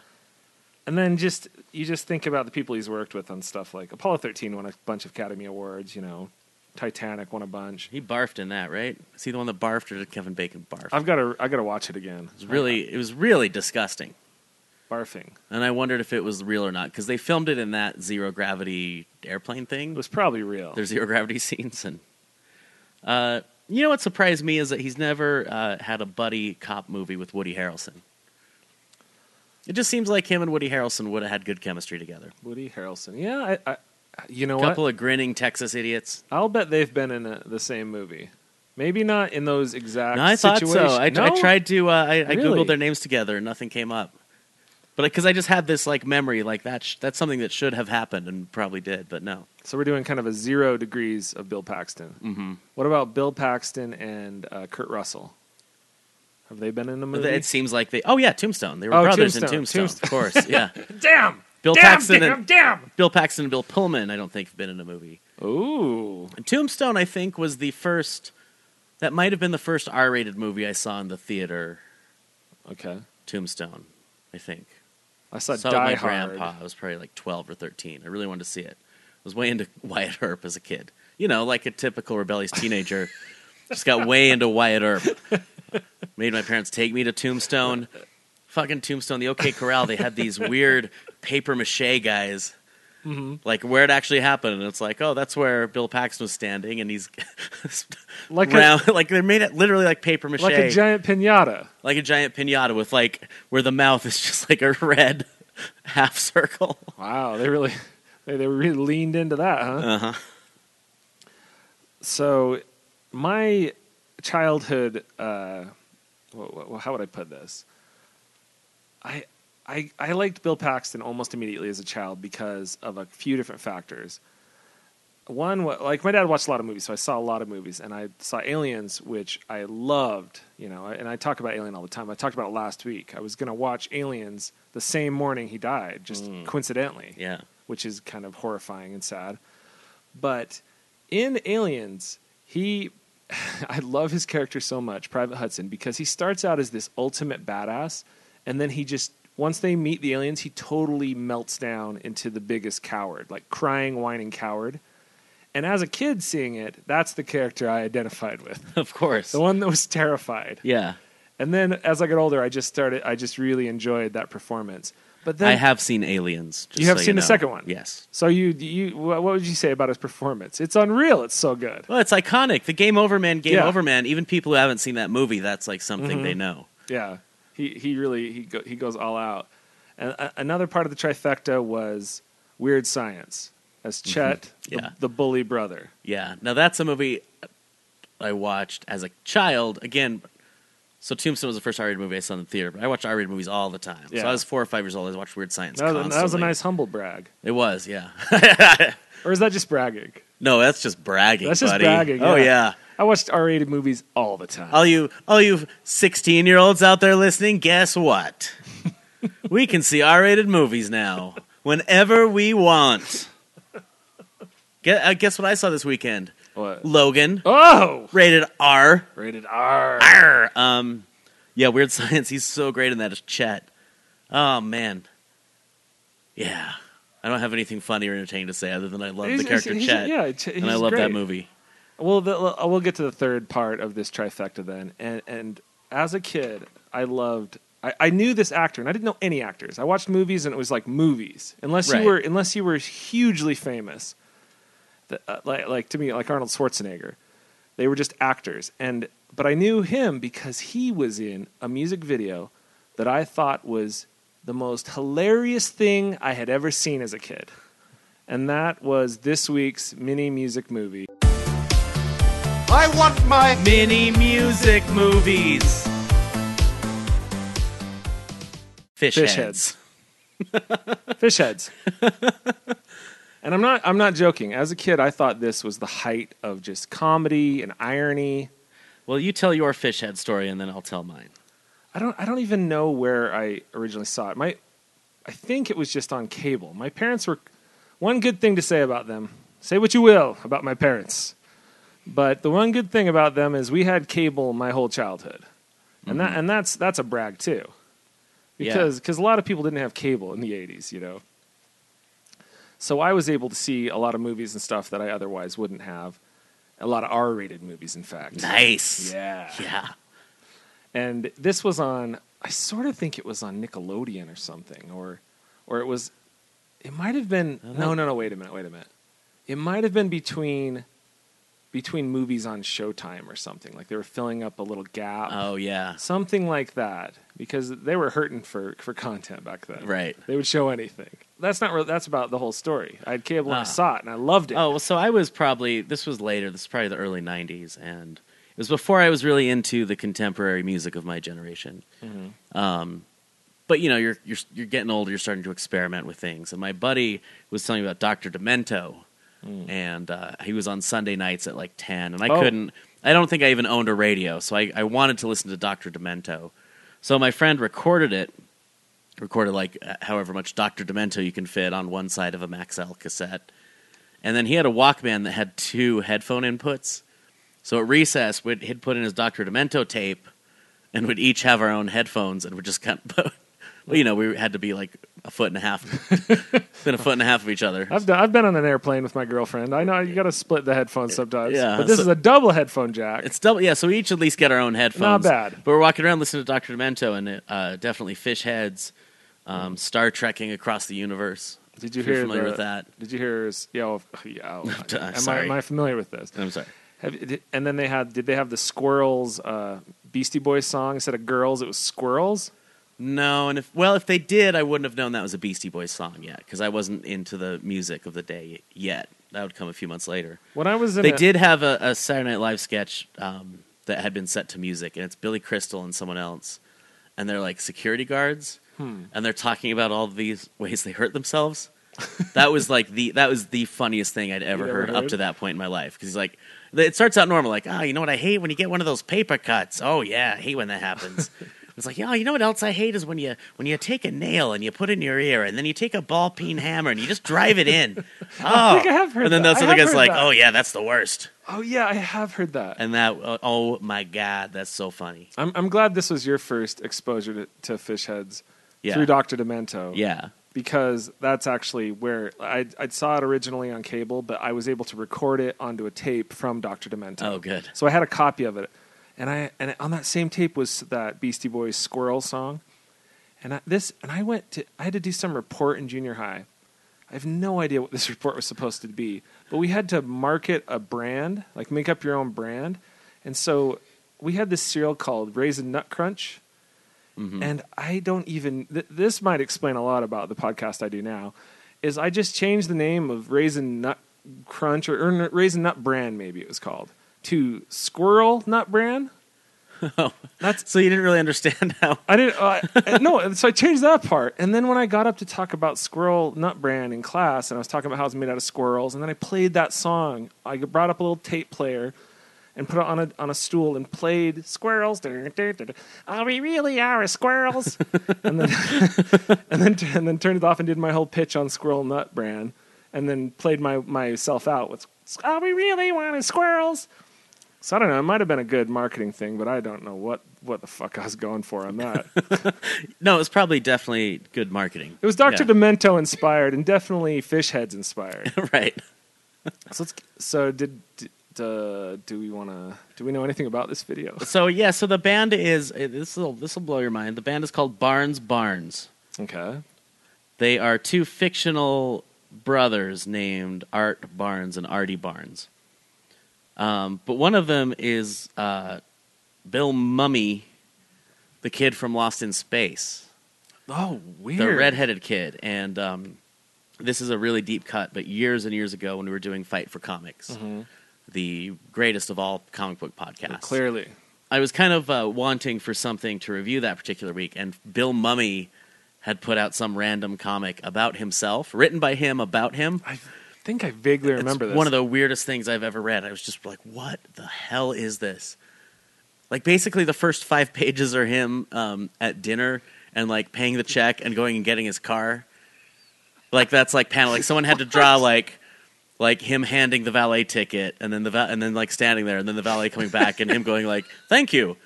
[SPEAKER 9] And then just you just think about the people he's worked with on stuff like Apollo 13 won a bunch of Academy Awards, you know, Titanic won a bunch.
[SPEAKER 8] he barfed in that, right? Is he the one that barfed, or did Kevin Bacon barf?
[SPEAKER 9] I've got to I got to watch it again.
[SPEAKER 8] it was really, it was really disgusting,
[SPEAKER 9] barfing.
[SPEAKER 8] and I wondered if it was real or not because they filmed it in that zero gravity airplane
[SPEAKER 9] It
[SPEAKER 8] thing.
[SPEAKER 9] was probably real.
[SPEAKER 8] There's zero gravity scenes, and uh, you know what surprised me is that he's never uh, had a buddy cop movie with Woody Harrelson. It just seems like him and Woody Harrelson would have had good chemistry together.
[SPEAKER 9] Woody Harrelson. Yeah, I, I you know
[SPEAKER 8] A
[SPEAKER 9] what?
[SPEAKER 8] couple of grinning Texas idiots.
[SPEAKER 9] I'll bet they've been in a, the same movie. Maybe not in those exact
[SPEAKER 8] No, I thought
[SPEAKER 9] situations.
[SPEAKER 8] so. I, I
[SPEAKER 9] No?
[SPEAKER 8] tried to. Uh, I, I
[SPEAKER 9] Really?
[SPEAKER 8] googled their names together, and nothing came up. But because I just had this like memory, like that. Sh- that's something that should have happened and probably did, but no.
[SPEAKER 9] So we're doing kind of a zero degrees of Bill Paxton. Mm-hmm. What about Bill Paxton and uh, Kurt Russell? Have they been in a movie?
[SPEAKER 8] It seems like they. Oh yeah, Tombstone. They were
[SPEAKER 9] Oh,
[SPEAKER 8] brothers in
[SPEAKER 9] Tombstone.
[SPEAKER 8] Tombstone, of course. Yeah,
[SPEAKER 9] damn.
[SPEAKER 8] Bill
[SPEAKER 9] Damn,
[SPEAKER 8] Paxton
[SPEAKER 9] damn,
[SPEAKER 8] and
[SPEAKER 9] damn.
[SPEAKER 8] Bill Paxton and Bill Pullman. I don't think have been in a movie.
[SPEAKER 9] Ooh.
[SPEAKER 8] And Tombstone, I think, was the first. That might have been the first R-rated movie I saw in the theater.
[SPEAKER 9] Okay.
[SPEAKER 8] Tombstone, I think.
[SPEAKER 9] I saw
[SPEAKER 8] saw it with
[SPEAKER 9] Die
[SPEAKER 8] my
[SPEAKER 9] Hard.
[SPEAKER 8] grandpa. I was probably like twelve or thirteen. I really wanted to see it. I was way into Wyatt Earp as a kid. You know, like a typical rebellious teenager. just got way into Wyatt Earp. Made my parents take me to Tombstone. Fucking Tombstone, the OK Corral. They had these weird paper mache guys.
[SPEAKER 9] Mm-hmm.
[SPEAKER 8] Like where it actually happened, and it's like, oh, that's where Bill Paxton was standing, and he's
[SPEAKER 9] Like a,
[SPEAKER 8] round, like they're made it literally like paper mache,
[SPEAKER 9] like a giant pinata.
[SPEAKER 8] like a giant pinata with like where the mouth is just like a red half circle.
[SPEAKER 9] Wow, they really they, they really leaned into that, huh?
[SPEAKER 8] Uh-huh.
[SPEAKER 9] So my childhood uh wha- wha- how would I put this? I I I liked Bill Paxton almost immediately as a child because of a few different factors. One, wa- like my dad watched a lot of movies, so I saw a lot of movies, and I saw Aliens, which I loved. You know, and I talk about Alien all the time. I talked about it last week. I was going to watch Aliens the same morning he died, just coincidentally
[SPEAKER 8] Yeah.
[SPEAKER 9] which is kind of horrifying and sad. But in Aliens, he I love his character so much, Private Hudson, because he starts out as this ultimate badass and then he just once they meet the aliens, he totally melts down into the biggest coward, like crying, whining coward. And as a kid seeing it, that's the character I identified with.
[SPEAKER 8] Of course.
[SPEAKER 9] The one that was terrified.
[SPEAKER 8] Yeah.
[SPEAKER 9] And then as I got older, I just started I just really enjoyed that performance. But then
[SPEAKER 8] I have seen Aliens. just
[SPEAKER 9] You have
[SPEAKER 8] so
[SPEAKER 9] seen the
[SPEAKER 8] know.
[SPEAKER 9] second one?
[SPEAKER 8] Yes.
[SPEAKER 9] So you you wha- what would you say about his performance? It's unreal. It's so good.
[SPEAKER 8] Well, it's iconic. The Game Over Man, Game
[SPEAKER 9] Yeah. Mm-hmm.
[SPEAKER 8] Over Man. Even people who haven't seen that movie, that's like something they know.
[SPEAKER 9] Yeah, he he really he go, he goes all out. And uh, another part of the trifecta was Weird Science as Chet,
[SPEAKER 8] Mm-hmm. Yeah.
[SPEAKER 9] the, the bully brother.
[SPEAKER 8] Yeah. Now that's a movie I watched as a child. Again, so Tombstone was the first R-rated movie I saw in the theater. But I watched R-rated movies all the time. So
[SPEAKER 9] Yeah.
[SPEAKER 8] I was four or five years old. I watched Weird Science.
[SPEAKER 9] That was, that was a
[SPEAKER 8] constantly.
[SPEAKER 9] nice humble brag,
[SPEAKER 8] It was. Yeah.
[SPEAKER 9] or is that just bragging?
[SPEAKER 8] no, that's just bragging.
[SPEAKER 9] That's just
[SPEAKER 8] buddy.
[SPEAKER 9] bragging,
[SPEAKER 8] Oh
[SPEAKER 9] yeah.
[SPEAKER 8] yeah.
[SPEAKER 9] I watched R-rated movies all the time.
[SPEAKER 8] All you all you 16 year olds out there listening, guess what? we can see R rated movies now whenever we want. Gue- uh, guess what I saw this weekend?
[SPEAKER 9] What?
[SPEAKER 8] Logan,
[SPEAKER 9] Oh,
[SPEAKER 8] rated R.
[SPEAKER 9] rated R.
[SPEAKER 8] Arr! Um, yeah, Weird Science. He's so great in that as Chet. Oh man, yeah. I don't have anything funny or entertaining to say other than I love
[SPEAKER 9] He's-
[SPEAKER 8] the character
[SPEAKER 9] he's- he's-
[SPEAKER 8] Chet,
[SPEAKER 9] yeah, Ch-
[SPEAKER 8] and I
[SPEAKER 9] he's
[SPEAKER 8] love that
[SPEAKER 9] great.
[SPEAKER 8] movie.
[SPEAKER 9] Well, the, uh, we'll get to the third part of this trifecta then. And and as a kid, I loved. I, I knew this actor, and I didn't know any actors. I watched movies, and it was like movies. Unless
[SPEAKER 8] Right.
[SPEAKER 9] you were, unless you were hugely famous, the, uh, like like to me, like Arnold Schwarzenegger, they were just actors. And but I knew him because he was in a music video that I thought was the most hilarious thing I had ever seen as a kid, and that was this week's mini music movie.
[SPEAKER 3] I want my
[SPEAKER 8] Mini music movies. Fish,
[SPEAKER 9] Fish
[SPEAKER 8] heads.
[SPEAKER 9] fish heads. and I'm not I'm not joking. As a kid, I thought this was the height of just comedy and irony.
[SPEAKER 8] Well, you tell your fish head story and then I'll tell mine.
[SPEAKER 9] I don't I don't even know where I originally saw it. My I think it was just on cable. My parents were one good thing to say about them. Say what you will about my parents. But the one good thing about them is we had cable my whole childhood. And that and that's that's a brag too.
[SPEAKER 8] Yeah.
[SPEAKER 9] Because cause a lot of people didn't have cable in the 80s, you know. So I was able to see a lot of movies and stuff that I otherwise wouldn't have. A lot of R-rated movies in fact.
[SPEAKER 8] Nice.
[SPEAKER 9] Yeah.
[SPEAKER 8] Yeah.
[SPEAKER 9] And this was on I sort of think it was on Nickelodeon or something or or it was it might have been no no no wait a minute wait a minute. It might have been between between movies on Showtime or something. Like they were filling up a little gap.
[SPEAKER 8] Oh, yeah.
[SPEAKER 9] Something like that because they were hurting for for content back then.
[SPEAKER 8] Right.
[SPEAKER 9] They would show anything. That's not real that's about the whole story. I had cable and
[SPEAKER 8] Ah.
[SPEAKER 9] I saw it and I loved it.
[SPEAKER 8] Oh, well, so I was probably, this was later, this is probably the early 90s, and it was before I was really into the contemporary music of my generation. Um, but, you know, you're, you're, you're getting older, you're starting to experiment with things. And my buddy was telling me about Dr. Demento, and uh, he was on Sunday nights at like 10, and I
[SPEAKER 9] Oh.
[SPEAKER 8] couldn't, I don't think I even owned a radio, so I, I wanted to listen to Dr. Demento. So my friend recorded it, recorded like uh, however much Dr. Demento you can fit on one side of a Maxell cassette And then he had a Walkman that had two headphone inputs. So at recess, we'd, he'd put in his Dr. Demento tape, and we'd each have our own headphones, and we just kind of, well, you know, we had to be like a foot and a half, been a foot and a half of each other.
[SPEAKER 9] I've done, I've been on an airplane with my girlfriend. I know you got to split the headphones sometimes.
[SPEAKER 8] Yeah,
[SPEAKER 9] but this
[SPEAKER 8] so-
[SPEAKER 9] is a double headphone jack.
[SPEAKER 8] It's double, yeah. So we each at least get our own headphones.
[SPEAKER 9] bad.
[SPEAKER 8] But we're walking around listening to Doctor Demento, and it, uh, definitely fish heads, um, Star Trekking across the universe.
[SPEAKER 9] Did you
[SPEAKER 8] If you're
[SPEAKER 9] hear
[SPEAKER 8] familiar
[SPEAKER 9] the-
[SPEAKER 8] with that?
[SPEAKER 9] Did you hear? his- Yeah, oh, yeah. oh, am, I,
[SPEAKER 8] sorry. Um,
[SPEAKER 9] am I familiar with this?
[SPEAKER 8] I'm sorry.
[SPEAKER 9] Have, did- and then they had. Did they have the squirrels? Uh, Beastie Boys song instead of girls, it was squirrels.
[SPEAKER 8] No, and if well, if they did, I wouldn't have known that was a Beastie Boys song yet because I wasn't into the music of the day yet. That would come a few months later.
[SPEAKER 9] When I was in,
[SPEAKER 8] They
[SPEAKER 9] a-
[SPEAKER 8] did have a, a Saturday Night Live sketch um, that had been set to music, and it's Billy Crystal and someone else, and they're like security guards,
[SPEAKER 9] Hmm.
[SPEAKER 8] and they're talking about all these ways they hurt themselves. that was like the that was the funniest thing I'd ever
[SPEAKER 9] You'd ever
[SPEAKER 8] heard, up
[SPEAKER 9] heard?
[SPEAKER 8] to that point in my life because he's like it starts out normal like ah you know what I hate when you get one of those paper cuts oh yeah I hate when that happens it's like oh you know what else I hate is when you when you take a nail and you put it in your ear and then you take a ball peen hammer and you just drive it in oh
[SPEAKER 9] I have heard
[SPEAKER 8] and then
[SPEAKER 9] that.
[SPEAKER 8] those
[SPEAKER 9] I
[SPEAKER 8] other
[SPEAKER 9] have
[SPEAKER 8] guys
[SPEAKER 9] heard
[SPEAKER 8] like
[SPEAKER 9] that.
[SPEAKER 8] oh yeah that's the worst
[SPEAKER 9] Oh yeah, I have heard that.
[SPEAKER 8] and that, uh, oh my God, that's so funny.
[SPEAKER 9] I'm I'm glad this was your first exposure to, to fish heads
[SPEAKER 8] Yeah.
[SPEAKER 9] through Doctor Demento.
[SPEAKER 8] Yeah.
[SPEAKER 9] because that's actually where I I saw it originally on cable, but I was able to record it onto a tape from Doctor Demento.
[SPEAKER 8] Oh, good.
[SPEAKER 9] So I had a copy of it, and I and on that same tape was that Beastie Boys Squirrel song, and I, this and I went to I had to do some report in junior high. I have no idea what this report was supposed to be, but we had to market a brand, like make up your own brand, and so we had this cereal called Raisin Nut Crunch. And I don't even, th- this might explain a lot about the podcast I do now, is I just changed the name of Raisin Nut Crunch or, or Raisin Nut Brand, maybe it was called, to Squirrel Nut Brand. That's,
[SPEAKER 8] So you didn't really understand how.
[SPEAKER 9] I didn't, uh, I- no, so I changed that part. And then when I got up to talk about Squirrel Nut Brand in class, and I was talking about how it's made out of squirrels, and then I played that song, I brought up a little tape player. And put it on a on a stool and played squirrels. duh, duh, duh, duh. Oh, we really are squirrels. and then and then and then turned it off and did my whole pitch on Squirrel Nut Brand, and then played my myself out with "Oh, we really wanted squirrels." So I don't know. It might have been a good marketing thing, but I don't know what what the fuck I was going for on that.
[SPEAKER 8] No, it was probably definitely good marketing.
[SPEAKER 9] it was Doctor
[SPEAKER 8] Yeah.
[SPEAKER 9] Demento inspired, and definitely Fish Heads inspired.
[SPEAKER 8] right.
[SPEAKER 9] so let's, so did. did uh, do we want to? Do we know anything about this video?
[SPEAKER 8] So yeah, so the band is uh, this will this will blow your mind. The band is called Barnes Barnes.
[SPEAKER 9] Okay.
[SPEAKER 8] They are two fictional brothers named Art Barnes and Artie Barnes. Um, but one of them is uh, Bill Mummy, the kid from Lost in Space.
[SPEAKER 9] Oh, weird.
[SPEAKER 8] the redheaded kid, and um, this is a really deep cut. But years and years ago, when we were doing Fight for Comics, the greatest of all comic book podcasts,
[SPEAKER 9] Clearly,
[SPEAKER 8] I was kind of uh, wanting for something to review that particular week, and Bill Mummy had put out some random comic about himself, written by him about him.
[SPEAKER 9] I think I vaguely
[SPEAKER 8] It's
[SPEAKER 9] remember this.
[SPEAKER 8] One of the weirdest things I've ever read. I was just like, what the hell is this? Like, basically, the first five pages are him um, at dinner and like paying the check and going and getting his car. Like that's like panel. Like someone had to draw like like him handing the valet ticket and then the va- and then like standing there and then the valet coming back and him going like thank you.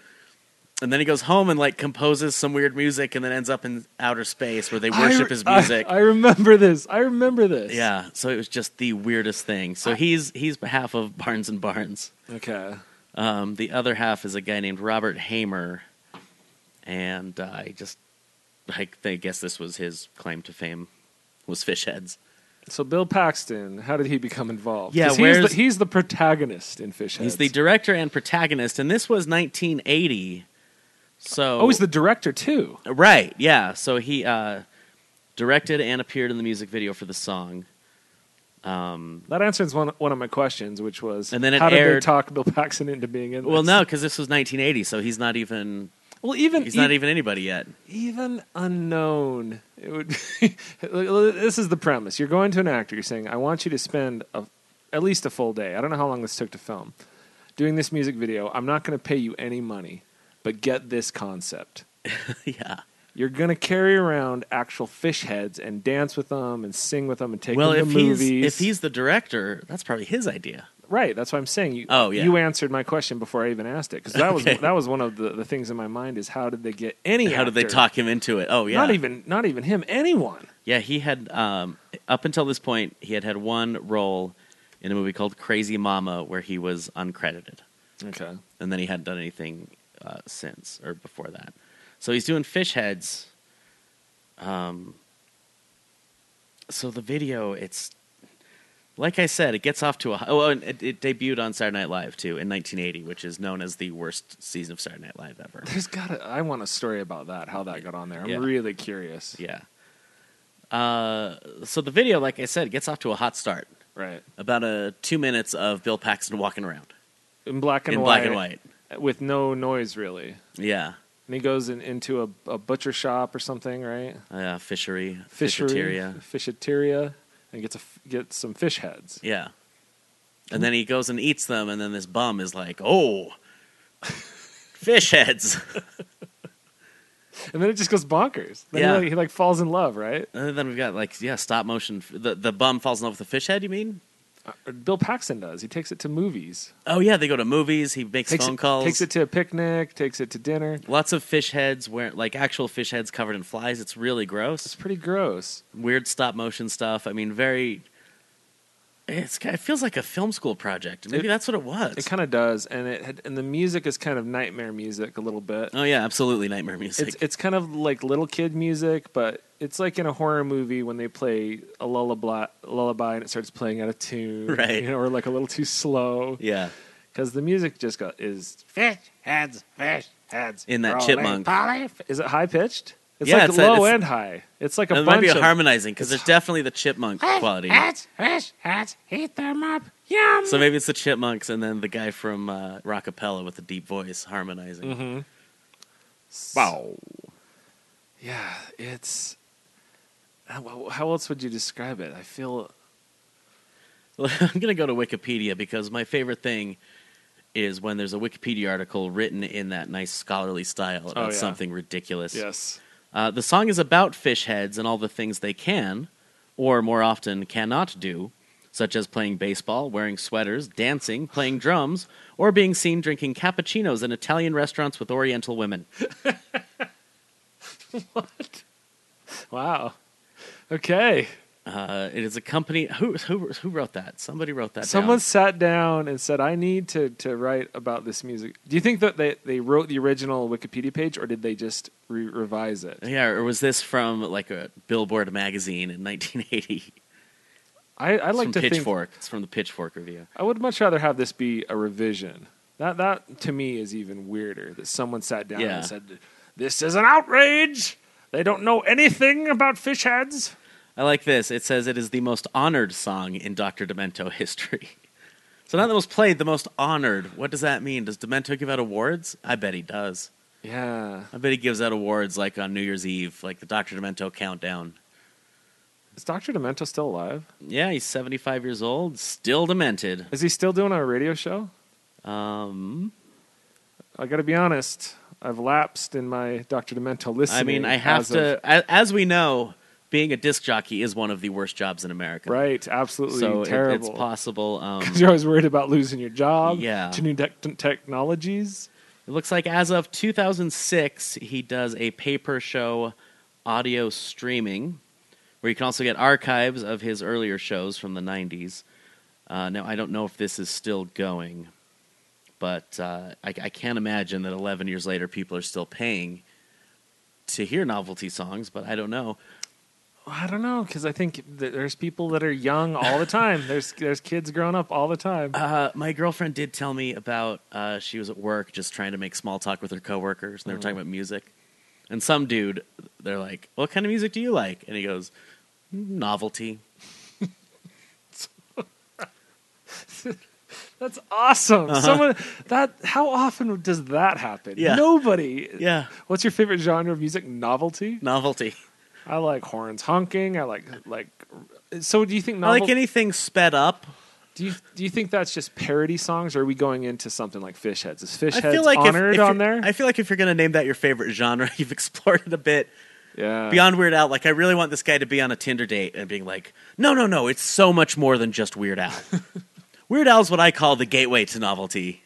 [SPEAKER 8] And then he goes home and like composes some weird music and then ends up in outer space where they worship
[SPEAKER 9] I-
[SPEAKER 8] his
[SPEAKER 9] I-
[SPEAKER 8] music.
[SPEAKER 9] I remember this. I remember this.
[SPEAKER 8] Yeah, so it was just the weirdest thing. So he's he's half of Barnes and Barnes.
[SPEAKER 9] Okay.
[SPEAKER 8] Um, the other half is a guy named Robert Hamer, and uh, I just I, I guess this was his claim to fame was fish heads.
[SPEAKER 9] So Bill Paxton, how did he become involved?
[SPEAKER 8] Yeah,
[SPEAKER 9] 'Cause he's
[SPEAKER 8] where's-
[SPEAKER 9] the, he's the protagonist in Fish
[SPEAKER 8] He's
[SPEAKER 9] Heads.
[SPEAKER 8] the director and protagonist, and this was 1980. So
[SPEAKER 9] oh, he's the director too.
[SPEAKER 8] Right, yeah. So he uh, directed and appeared in the music video for the song.
[SPEAKER 9] That answers one one of my questions, which was
[SPEAKER 8] And then it
[SPEAKER 9] how did they
[SPEAKER 8] aired-
[SPEAKER 9] talk Bill Paxton into being in?
[SPEAKER 8] Well,
[SPEAKER 9] this?
[SPEAKER 8] no, because this was 1980, so he's not even
[SPEAKER 9] Well, even
[SPEAKER 8] he's not
[SPEAKER 9] e-
[SPEAKER 8] even anybody yet.
[SPEAKER 9] even unknown. It would. this is the premise. You're going to an actor. You're saying, "I want you to spend a, at least a full day. I don't know how long this took to film, doing this music video. I'm not going to pay you any money, but get this concept."
[SPEAKER 8] yeah.
[SPEAKER 9] You're gonna carry around actual fish heads and dance with them and sing with them and take
[SPEAKER 8] well,
[SPEAKER 9] them
[SPEAKER 8] if
[SPEAKER 9] to
[SPEAKER 8] he's
[SPEAKER 9] movies.
[SPEAKER 8] if he's the director, that's probably his idea.
[SPEAKER 9] right, that's what I'm saying. You,
[SPEAKER 8] Oh, yeah.
[SPEAKER 9] you answered my question before I even asked it because that was
[SPEAKER 8] Okay.
[SPEAKER 9] that was one of the, the things in my mind is how did they get any?
[SPEAKER 8] How did they
[SPEAKER 9] actor?
[SPEAKER 8] talk him into it? Oh yeah,
[SPEAKER 9] Not even not even him. Anyone.
[SPEAKER 8] Yeah, he had um, up until this point, he had had one role in a movie called Crazy Mama where he was uncredited,
[SPEAKER 9] Okay.
[SPEAKER 8] and then he hadn't done anything uh, since or before that. So he's doing fish heads. Um, so the video, it's like I said, it gets off to a hi- oh, and it, it debuted on Saturday Night Live too in 1980, which is known as the worst season of Saturday Night Live ever.
[SPEAKER 9] There's got. to I want a story about that. How that got on there. I'm
[SPEAKER 8] Yeah.
[SPEAKER 9] really curious.
[SPEAKER 8] yeah. Uh, so the video, like I said, gets off to a hot start.
[SPEAKER 9] Right.
[SPEAKER 8] about a two minutes of Bill Paxton walking around
[SPEAKER 9] In black and
[SPEAKER 8] in
[SPEAKER 9] white.
[SPEAKER 8] black and white.
[SPEAKER 9] With no noise really.
[SPEAKER 8] Yeah,
[SPEAKER 9] And he goes in, into a, a butcher shop or something, right?
[SPEAKER 8] uh, fishery,
[SPEAKER 9] Fishery,
[SPEAKER 8] fisheteria.
[SPEAKER 9] Fisheteria. And gets a f gets some fish heads.
[SPEAKER 8] Yeah, and then he goes and eats them, and then this bum is like, "Oh, fish heads."
[SPEAKER 9] And then it just goes bonkers. Then
[SPEAKER 8] Yeah.
[SPEAKER 9] he, like, he like falls in love, right?
[SPEAKER 8] and then we've got like, yeah, stop motion. The the bum falls in love with the fish head. You mean?
[SPEAKER 9] Or Bill Paxton does. He takes it to movies.
[SPEAKER 8] Oh yeah, they go to movies. He makes
[SPEAKER 9] Takes
[SPEAKER 8] phone
[SPEAKER 9] it,
[SPEAKER 8] calls.
[SPEAKER 9] Takes it to a picnic, takes it to dinner.
[SPEAKER 8] Lots of fish heads, where like actual fish heads covered in flies. It's really gross.
[SPEAKER 9] It's pretty gross.
[SPEAKER 8] weird stop motion stuff. I mean, very. It's, it feels like a film school project. Maybe
[SPEAKER 9] It-
[SPEAKER 8] that's what it was.
[SPEAKER 9] It kind of does, and it had- and the music is kind of nightmare music a little bit.
[SPEAKER 8] oh yeah, absolutely nightmare music.
[SPEAKER 9] It's it's kind of like little kid music, but it's like in a horror movie when they play a lullaby, lullaby and it starts playing out of tune,
[SPEAKER 8] Right.
[SPEAKER 9] You know, or like a little too slow
[SPEAKER 8] yeah,
[SPEAKER 9] because the music just got is
[SPEAKER 7] Fish heads, fish heads.
[SPEAKER 8] in
[SPEAKER 9] Oh,
[SPEAKER 8] that
[SPEAKER 7] rolling
[SPEAKER 8] chipmunk.
[SPEAKER 7] Polly,
[SPEAKER 9] is it high pitched? It's
[SPEAKER 8] Yeah,
[SPEAKER 9] like
[SPEAKER 8] it's a-
[SPEAKER 9] low
[SPEAKER 8] it's-
[SPEAKER 9] and high. It's like a
[SPEAKER 8] It
[SPEAKER 9] bunch
[SPEAKER 8] might be a
[SPEAKER 9] of
[SPEAKER 8] harmonizing because there's definitely the chipmunk
[SPEAKER 7] fish
[SPEAKER 8] quality.
[SPEAKER 9] um,
[SPEAKER 7] heads, fish heads, eat them up. Yum.
[SPEAKER 8] So maybe it's the chipmunks and then the guy from uh, Rockapella with the deep voice harmonizing.
[SPEAKER 9] wow. Yeah, it's how, how else would you describe it? I feel
[SPEAKER 8] Well,
[SPEAKER 9] Mm-hmm.
[SPEAKER 8] I'm going to go to Wikipedia because my favorite thing is when there's a Wikipedia article written in that nice scholarly style about
[SPEAKER 9] Oh, yeah.
[SPEAKER 8] something ridiculous.
[SPEAKER 9] yes,
[SPEAKER 8] Uh, the song is about fish heads and all the things they can, or more often cannot do, such as playing baseball, wearing sweaters, dancing, playing drums, or being seen drinking cappuccinos in Italian restaurants with Oriental women.
[SPEAKER 9] wow. Okay,
[SPEAKER 8] Uh, it is a company. Who, who, who wrote that? Somebody wrote that. down.
[SPEAKER 9] Someone sat down and said, "I need to to write about this music." Do you think that they they wrote the original Wikipedia page, or did they just re- revise it?
[SPEAKER 8] Yeah, or was this from like a Billboard magazine in 1980?
[SPEAKER 9] I, I
[SPEAKER 8] It's
[SPEAKER 9] like
[SPEAKER 8] from
[SPEAKER 9] to think
[SPEAKER 8] Pitchfork. It's from the Pitchfork review.
[SPEAKER 9] I would much rather have this be a revision. That that to me is even weirder. That someone sat down
[SPEAKER 8] Yeah.
[SPEAKER 9] and said, "This is an outrage. They don't know anything about fish heads."
[SPEAKER 8] I like this. It says it is the most honored song in Dr. Demento history. So not the most played, the most honored. What does that mean? Does Demento give out awards? I bet he does.
[SPEAKER 9] Yeah,
[SPEAKER 8] I bet he gives out awards like on New Year's Eve, like the Dr. Demento countdown.
[SPEAKER 9] is Doctor Demento still alive?
[SPEAKER 8] Yeah, he's 75 years old, still demented.
[SPEAKER 9] Is he still doing a radio show?
[SPEAKER 8] Um,
[SPEAKER 9] I got to be honest. I've lapsed in my Doctor Demento listening.
[SPEAKER 8] I mean, I have
[SPEAKER 9] as of-
[SPEAKER 8] to, a as we know, being a disc jockey is one of the worst jobs in America.
[SPEAKER 9] Right, absolutely
[SPEAKER 8] So it-
[SPEAKER 9] terrible.
[SPEAKER 8] it's possible. Um,
[SPEAKER 9] You're always worried about losing your job
[SPEAKER 8] Yeah.
[SPEAKER 9] to new tech technologies.
[SPEAKER 8] It looks like as of 2006, he does a pay per show audio streaming where you can also get archives of his earlier shows from the 90s. Uh, now, I don't know if this is still going, but uh, I, I can't imagine that 11 years later people are still paying to hear novelty songs, but I don't know.
[SPEAKER 9] I don't know because I think that there's people that are young all the time. there's there's kids growing up all the time.
[SPEAKER 8] Uh, my girlfriend did tell me about uh, she was at work just trying to make small talk with her coworkers, and they were talking about music. And some dude, they're like, "What kind of music do you like?" And he goes, "Novelty."
[SPEAKER 9] That's awesome. Someone that how often does that happen?
[SPEAKER 8] Yeah.
[SPEAKER 9] Nobody.
[SPEAKER 8] Yeah,
[SPEAKER 9] What's your favorite genre of music? Novelty.
[SPEAKER 8] novelty.
[SPEAKER 9] I like horns honking. I like like. So do you think
[SPEAKER 8] I
[SPEAKER 9] novelty?
[SPEAKER 8] like anything sped up.
[SPEAKER 9] Do you do you think that's just parody songs, or are we going into something like fish heads? Is fish
[SPEAKER 8] I
[SPEAKER 9] heads
[SPEAKER 8] feel like if-
[SPEAKER 9] honored
[SPEAKER 8] if,
[SPEAKER 9] on
[SPEAKER 8] you're-
[SPEAKER 9] there?
[SPEAKER 8] I feel like if you're going to name that your favorite genre, you've explored it a bit
[SPEAKER 9] yeah.
[SPEAKER 8] beyond Weird Al. Like, I really want this guy to be on a Tinder date and being like, "No, no, no, it's so much more than just Weird Al." Weird Al's what I call the gateway to novelty.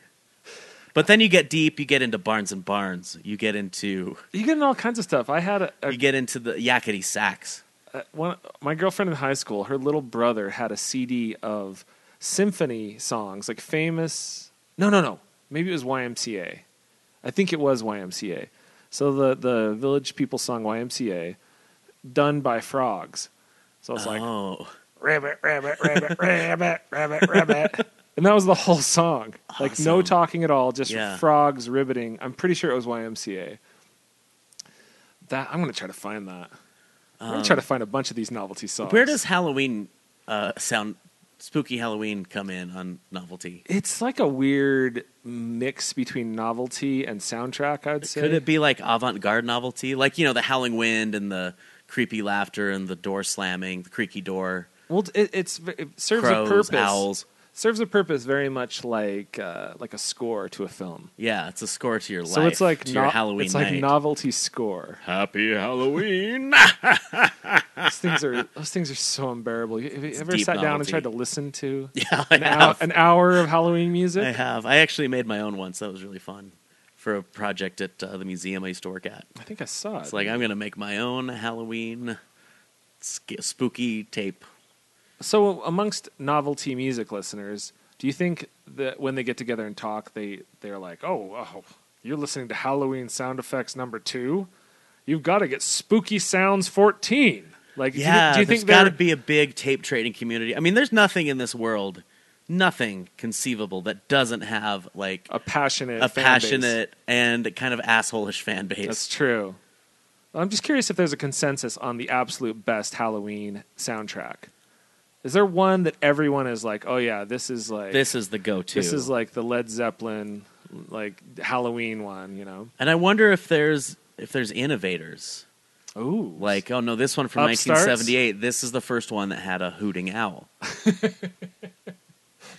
[SPEAKER 8] But then you get deep. You get into Barnes and Barnes. You get into
[SPEAKER 9] you get in all kinds of stuff. I had a, a
[SPEAKER 8] you get into the yakety sacks.
[SPEAKER 9] uh, one, my girlfriend in high school, her little brother had a CD of symphony songs, like famous. No, no, no. Maybe it was YMCA. I think it was YMCA. So the the Village People song YMCA, done by frogs. So I was like,
[SPEAKER 8] Oh,
[SPEAKER 9] rabbit, rabbit, rabbit, rabbit, rabbit, rabbit. And that was the whole song. Like no
[SPEAKER 8] Awesome.
[SPEAKER 9] talking at all, just
[SPEAKER 8] Oh, Yeah.
[SPEAKER 9] frogs ribbiting. I'm pretty sure it was YMCA. That I'm gonna try to find that. I'm gonna try to find a bunch of these novelty songs.
[SPEAKER 8] Um, where does Halloween uh, sound? Spooky Halloween come in on novelty?
[SPEAKER 9] it's like a weird mix between novelty and soundtrack, I'd say.
[SPEAKER 8] Could it be like avant-garde novelty, like you know the howling wind and the creepy laughter and the door slamming, the creaky door,
[SPEAKER 9] Well, it, it's it serves
[SPEAKER 8] crows,
[SPEAKER 9] a purpose.
[SPEAKER 8] owls?
[SPEAKER 9] Serves a purpose very much like uh, like a score to a film.
[SPEAKER 8] Yeah, it's a score to your life.
[SPEAKER 9] So it's like
[SPEAKER 8] to your
[SPEAKER 9] no-
[SPEAKER 8] Halloween
[SPEAKER 9] it's like
[SPEAKER 8] night.
[SPEAKER 9] novelty score.
[SPEAKER 8] Happy Halloween.
[SPEAKER 9] those things are those things are so unbearable. You- Have you ever
[SPEAKER 8] deep
[SPEAKER 9] sat down and
[SPEAKER 8] novelty.
[SPEAKER 9] tried to listen to
[SPEAKER 8] yeah, Eh. I
[SPEAKER 9] an, hour,
[SPEAKER 8] have.
[SPEAKER 9] an hour of Halloween
[SPEAKER 8] I
[SPEAKER 9] music?
[SPEAKER 8] have. I actually made my own once. That was really fun for a project at uh, the museum I used to work at.
[SPEAKER 9] I think I saw it.
[SPEAKER 8] It's like I'm going to make my own Halloween sc- spooky tape.
[SPEAKER 9] so amongst novelty music listeners, do you think that when they get together and talk, they they're like, "Oh, oh you're listening to Halloween sound effects number two? You've got to get Spooky Sounds 14." Like, do you-
[SPEAKER 8] Yeah,
[SPEAKER 9] do you,
[SPEAKER 8] there's
[SPEAKER 9] think
[SPEAKER 8] got
[SPEAKER 9] they're
[SPEAKER 8] to be a big tape trading community. I mean, there's nothing in this world, nothing conceivable that doesn't have like
[SPEAKER 9] a passionate fan
[SPEAKER 8] a
[SPEAKER 9] base?
[SPEAKER 8] passionate and kind of assholish fan base.
[SPEAKER 9] That's true. I'm just curious if there's a consensus on the absolute best Halloween soundtrack. Is there one that everyone is like, "Oh yeah, this is like
[SPEAKER 8] this is the go-to.
[SPEAKER 9] this is like the Led Zeppelin like Halloween one," you know?
[SPEAKER 8] and I wonder if there's if there's innovators
[SPEAKER 9] Ooh.
[SPEAKER 8] like, oh no, this one from
[SPEAKER 9] Upstarts?
[SPEAKER 8] 1978. This is the first one that had a hooting owl.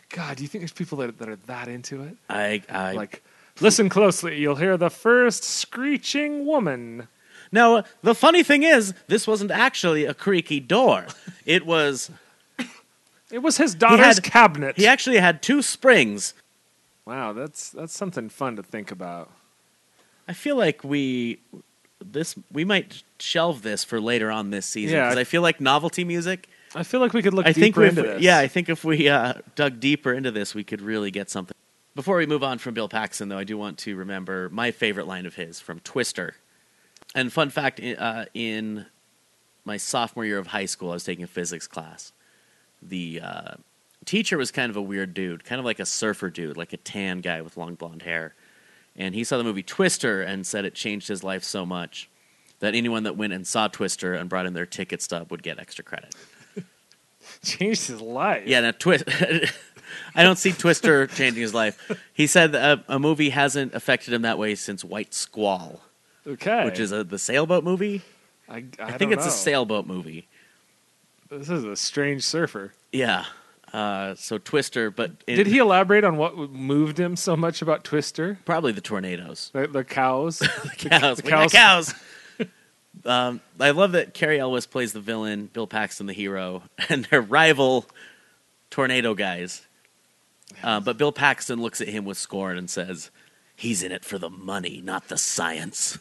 [SPEAKER 9] god, do you think there's people that that are that into it?
[SPEAKER 8] I, I
[SPEAKER 9] like listen closely, you'll hear the first screeching woman.
[SPEAKER 8] Now, uh, the funny thing is, this wasn't actually a creaky door. It was.
[SPEAKER 9] It was his daughter's
[SPEAKER 8] had-
[SPEAKER 9] cabinet.
[SPEAKER 8] He actually had two springs.
[SPEAKER 9] Wow, that's that's something fun to think about.
[SPEAKER 8] I feel like we this we might shelve this for later on this season
[SPEAKER 9] Yeah.
[SPEAKER 8] because I feel like novelty music.
[SPEAKER 9] I feel like we could look
[SPEAKER 8] I
[SPEAKER 9] deeper
[SPEAKER 8] think
[SPEAKER 9] into
[SPEAKER 8] if-
[SPEAKER 9] this.
[SPEAKER 8] yeah, I think if we uh, dug deeper into this, we could really get something. Before we move on from Bill Paxton, though, I do want to remember my favorite line of his from Twister. And fun fact: i- uh, in my sophomore year of high school, I was taking a physics class. The uh, teacher was kind of a weird dude, kind of like a surfer dude, like a tan guy with long blonde hair. And he saw the movie Twister and said it changed his life so much that anyone that went and saw Twister and brought in their ticket stub would get extra credit.
[SPEAKER 9] changed his life.
[SPEAKER 8] Yeah, now twist. I don't see Twister changing his life. He said that a, a movie hasn't affected him that way since White Squall,
[SPEAKER 9] Okay.
[SPEAKER 8] which is a, the sailboat movie.
[SPEAKER 9] I, I,
[SPEAKER 8] I,
[SPEAKER 9] don't
[SPEAKER 8] think it's
[SPEAKER 9] know.
[SPEAKER 8] a sailboat movie.
[SPEAKER 9] This is a strange surfer.
[SPEAKER 8] Yeah. Uh, so Twister, but in-
[SPEAKER 9] Did he elaborate on what moved him so much about Twister?
[SPEAKER 8] probably the tornadoes?
[SPEAKER 9] The, the cows. the
[SPEAKER 8] Cows,
[SPEAKER 9] the
[SPEAKER 8] we got cows. um, I love that Carrie Elwes plays the villain, Bill Paxton the hero, and their rival tornado guys. Uh, but Bill Paxton looks at him with scorn and says, "He's in it for the money, not the science."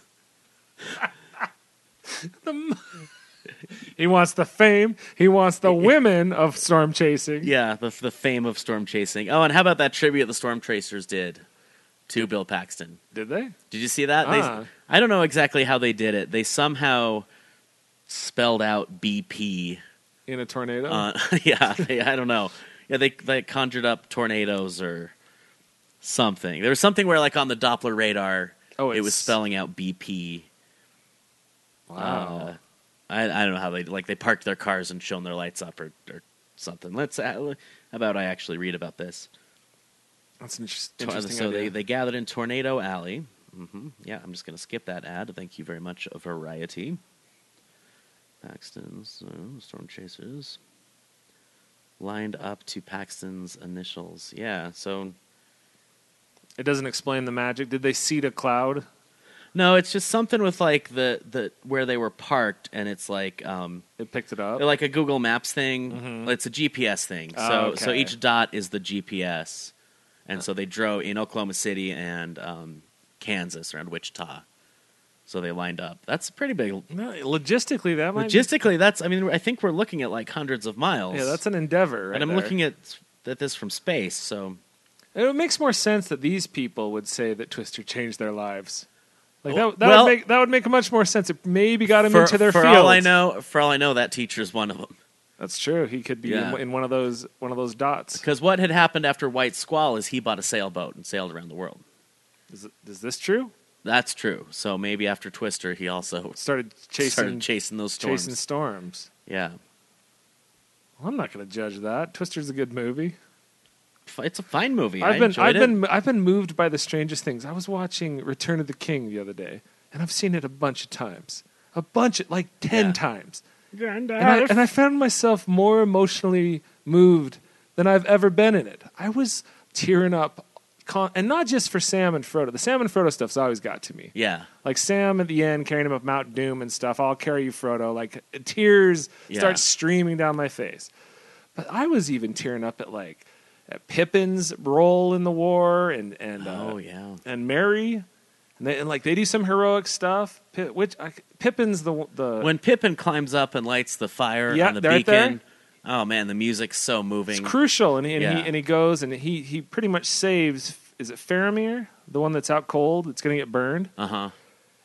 [SPEAKER 9] He wants the fame. He wants the women of storm chasing.
[SPEAKER 8] Yeah, the the fame of storm chasing. Oh, and how about that tribute the Storm Tracers did to Bill Paxton?
[SPEAKER 9] Did they?
[SPEAKER 8] Did you see that? They-
[SPEAKER 9] Ah.
[SPEAKER 8] I don't know exactly how they did it. They somehow spelled out BP.
[SPEAKER 9] In a tornado?
[SPEAKER 8] Uh, yeah, they, I don't know. Yeah, they they conjured up tornadoes or something. There was something where like on the Doppler radar,
[SPEAKER 9] Oh,
[SPEAKER 8] it was
[SPEAKER 9] it's-
[SPEAKER 8] spelling out BP.
[SPEAKER 9] wow.
[SPEAKER 8] Uh, I, I don't know how they like they parked their cars and shone their lights up or, or something. Let's uh, how about I actually read about this.
[SPEAKER 9] That's an interest-
[SPEAKER 8] Tor-
[SPEAKER 9] interesting
[SPEAKER 8] so they,
[SPEAKER 9] idea.
[SPEAKER 8] they gathered in Tornado Alley. hmm Yeah, I'm just going to skip that ad. Thank you very much, Variety. Paxton's uh, Storm Chasers. lined up to Paxton's initials. Yeah, so
[SPEAKER 9] It doesn't explain the magic. Did they seed a cloud?
[SPEAKER 8] no, it's just something with like the the where they were parked, and it's like um
[SPEAKER 9] It picked it up.
[SPEAKER 8] like a Google Maps thing. It's a GPS thing.
[SPEAKER 9] Mm-hmm. Oh,
[SPEAKER 8] so so
[SPEAKER 9] okay.
[SPEAKER 8] each dot is the GPS, and so they drove in Oklahoma City and um, Kansas around Wichita. So they lined up. That's a pretty big.
[SPEAKER 9] No, logistically, that might.
[SPEAKER 8] Logistically, that's. I mean, I think we're looking at like hundreds of miles.
[SPEAKER 9] Be, yeah, that's an endeavor. Right
[SPEAKER 8] and I'm
[SPEAKER 9] there.
[SPEAKER 8] looking at at this from space. So
[SPEAKER 9] It makes more sense that these people would say that Twister changed their lives. Like that, that
[SPEAKER 8] Well-
[SPEAKER 9] would make that would make much more sense. It maybe got him
[SPEAKER 8] for,
[SPEAKER 9] into their
[SPEAKER 8] for
[SPEAKER 9] field.
[SPEAKER 8] all I know, for all I know, that teacher's one of them.
[SPEAKER 9] that's true. He could be
[SPEAKER 8] Yeah.
[SPEAKER 9] in, in one of those one of those dots.
[SPEAKER 8] Because what had happened after White Squall is he bought a sailboat and sailed around the world.
[SPEAKER 9] Is, is this true?
[SPEAKER 8] That's true. So maybe after Twister, he also
[SPEAKER 9] Started chasing
[SPEAKER 8] started chasing those storms.
[SPEAKER 9] chasing storms.
[SPEAKER 8] Yeah,
[SPEAKER 9] Well, I'm not going to judge that. Twister's a good movie.
[SPEAKER 8] F- it's a fine movie. I
[SPEAKER 9] I've been
[SPEAKER 8] enjoyed
[SPEAKER 9] I've
[SPEAKER 8] it.
[SPEAKER 9] been I've been moved by the strangest things. I was watching Return of the King the other day, and I've seen it a bunch of times, a bunch of like ten
[SPEAKER 8] Yeah.
[SPEAKER 9] times. And I, and I found myself more emotionally moved than I've ever been in it. I was tearing up, con- and not just for Sam and Frodo. The Sam and Frodo stuff's always got to me.
[SPEAKER 8] Yeah,
[SPEAKER 9] Like Sam at the end carrying him up Mount Doom and stuff. I'll carry you, Frodo. Like tears
[SPEAKER 8] Yeah.
[SPEAKER 9] start streaming down my face. But I was even tearing up at like at Pippin's role in the war and and uh,
[SPEAKER 8] Oh, yeah.
[SPEAKER 9] and Mary. And, they, and like they do some heroic stuff. Pi which I, Pippin's the the
[SPEAKER 8] when Pippin climbs up and lights the fire
[SPEAKER 9] Yeah,
[SPEAKER 8] on the
[SPEAKER 9] right there.
[SPEAKER 8] beacon. Oh man, the music's so moving.
[SPEAKER 9] it's crucial. And, he- and
[SPEAKER 8] Yeah.
[SPEAKER 9] he and he goes and he he pretty much saves. Is it Faramir, the one that's out cold? It's going to get burned.
[SPEAKER 8] Uh huh.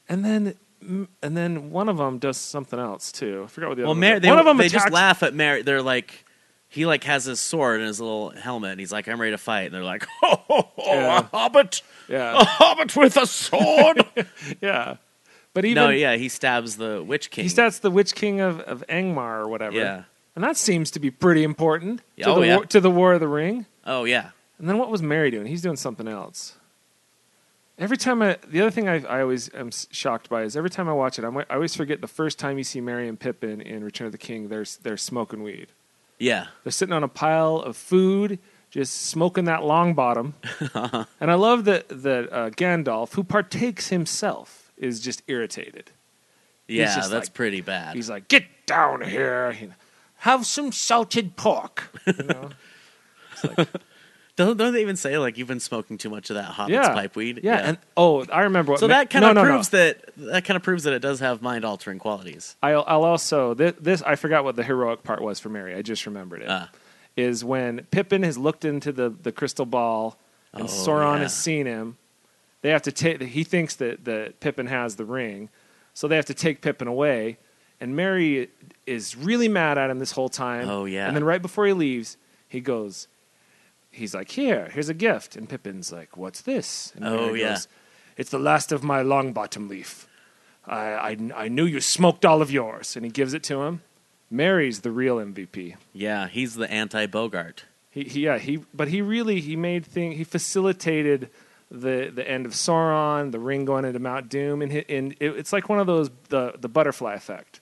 [SPEAKER 9] And then, mm, and then one of them does something else too. I forgot what the
[SPEAKER 8] Well,
[SPEAKER 9] other
[SPEAKER 8] Mary,
[SPEAKER 9] one.
[SPEAKER 8] they,
[SPEAKER 9] one of them
[SPEAKER 8] they
[SPEAKER 9] attacks.
[SPEAKER 8] just laugh at Mary. They're like, he like has his sword and his little helmet, and he's like, "I'm ready to fight." And they're like, "Ho ho ho!
[SPEAKER 9] Yeah.
[SPEAKER 8] A hobbit, a
[SPEAKER 9] Yeah,
[SPEAKER 8] hobbit with a sword."
[SPEAKER 9] yeah. But even
[SPEAKER 8] no, yeah, he stabs the witch king.
[SPEAKER 9] he stats the Witch King of of Angmar or whatever.
[SPEAKER 8] Yeah.
[SPEAKER 9] and that seems to be pretty important to,
[SPEAKER 8] Oh,
[SPEAKER 9] the,
[SPEAKER 8] yeah.
[SPEAKER 9] war, to the War of the Ring.
[SPEAKER 8] oh yeah,
[SPEAKER 9] And then what was Mary doing? He's doing something else. Every time I, the other thing I, I always am s- shocked by is every time I watch it, I'm, I always forget the first time you see Mary and Pippin in Return of the King. They're s- they're smoking weed.
[SPEAKER 8] yeah.
[SPEAKER 9] They're sitting on a pile of food, just smoking that long bottom. and I love that that uh, Gandalf, who partakes himself, is just irritated.
[SPEAKER 8] Yeah,
[SPEAKER 9] just
[SPEAKER 8] that's
[SPEAKER 9] like-
[SPEAKER 8] pretty bad.
[SPEAKER 9] He's like, "Get down here, you know, have some salted pork." You know?
[SPEAKER 8] Don't, don't they even say like you've been smoking too much of that hobbit's
[SPEAKER 9] yeah,
[SPEAKER 8] pipeweed?
[SPEAKER 9] Yeah. and oh, I remember. What
[SPEAKER 8] so that kind
[SPEAKER 9] no,
[SPEAKER 8] of
[SPEAKER 9] no,
[SPEAKER 8] proves
[SPEAKER 9] no.
[SPEAKER 8] that that kind of proves that it does have mind altering qualities.
[SPEAKER 9] I'll, I'll also this, this I forgot what the heroic part was for Mary. I just remembered it. Is
[SPEAKER 8] Ah.
[SPEAKER 9] when Pippin has looked into the the crystal ball and
[SPEAKER 8] Oh,
[SPEAKER 9] Sauron
[SPEAKER 8] yeah.
[SPEAKER 9] has seen him. They have to take. He thinks that that Pippin has the ring, so they have to take Pippin away. And Mary is really mad at him this whole time.
[SPEAKER 8] Oh, yeah.
[SPEAKER 9] And then right before he leaves, he goes. He's like, "Here, here's a gift," and Pippin's like, "What's this?" And
[SPEAKER 8] Oh,
[SPEAKER 9] Mary
[SPEAKER 8] yeah.
[SPEAKER 9] goes, "It's the last of my long bottom leaf." I, I, I knew you smoked all of yours. And he gives it to him. Mary's the real MVP.
[SPEAKER 8] Yeah, he's the anti Bogart.
[SPEAKER 9] He, he, yeah, he, but he really, he made thing, he facilitated the, the end of Sauron, the ring going into Mount Doom. And, hi- and it, it's like one of those, the, the butterfly effect,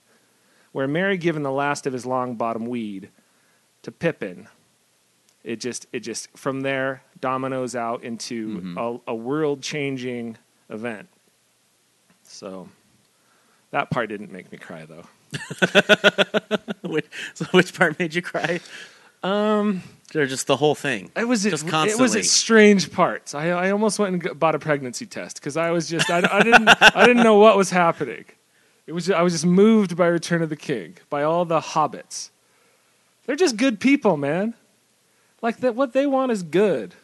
[SPEAKER 9] where Mary giving the last of his long bottom weed to Pippin. It just, it just, from there, dominoes out into a, a world changing event. So that part didn't make me cry though.
[SPEAKER 8] which, so which part made you cry? Um, or just the whole thing?
[SPEAKER 9] It was
[SPEAKER 8] just
[SPEAKER 9] it, it was
[SPEAKER 8] constantly.
[SPEAKER 9] at strange parts. I, I almost went and g- bought a pregnancy test because I was just I, I didn't I didn't know what was happening. It was I was just moved by Return of the King by all the hobbits. They're just good people, man. Like that, what they want is good,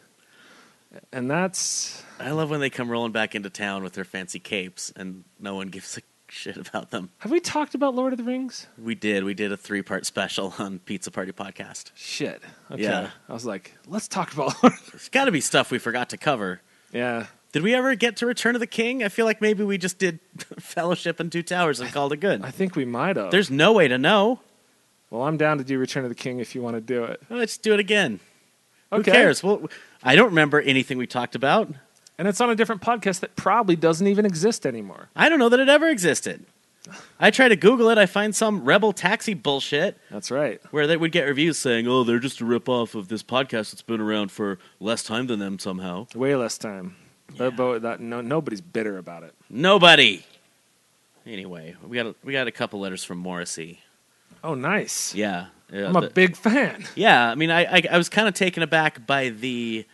[SPEAKER 9] and that's
[SPEAKER 8] I love when they come rolling back into town with their fancy capes, and no one gives a shit about them.
[SPEAKER 9] have we talked about Lord of the Rings?
[SPEAKER 8] We did. We did a three part special on Pizza Party Podcast.
[SPEAKER 9] Shit. Okay.
[SPEAKER 8] Yeah.
[SPEAKER 9] I was like, let's talk about. Lord.
[SPEAKER 8] There's got to be stuff we forgot to cover.
[SPEAKER 9] yeah.
[SPEAKER 8] Did we ever get to Return of the King? I feel like maybe we just did Fellowship and Two Towers and called it good.
[SPEAKER 9] I think we might have.
[SPEAKER 8] There's no way to know.
[SPEAKER 9] Well, I'm down to do Return of the King if you want to do it.
[SPEAKER 8] Well, Oh, Let's do it again. Who
[SPEAKER 9] Okay.
[SPEAKER 8] cares? Well, I don't remember anything we talked about.
[SPEAKER 9] And it's on a different podcast that probably doesn't even exist anymore.
[SPEAKER 8] I don't know that it ever existed. I try to Google it. I find some rebel taxi bullshit
[SPEAKER 9] That's right.
[SPEAKER 8] where they would get reviews saying, "Oh, they're just a ripoff of this podcast that's been around for less time than them somehow."
[SPEAKER 9] Way less time. But, but that, no, nobody's bitter about it.
[SPEAKER 8] Nobody. Anyway, we got a, we got a couple letters from Morrissey.
[SPEAKER 9] Oh, nice.
[SPEAKER 8] Yeah, yeah,
[SPEAKER 9] I'm a
[SPEAKER 8] the-
[SPEAKER 9] big fan.
[SPEAKER 8] yeah. I mean, I I, I was kind of taken aback by the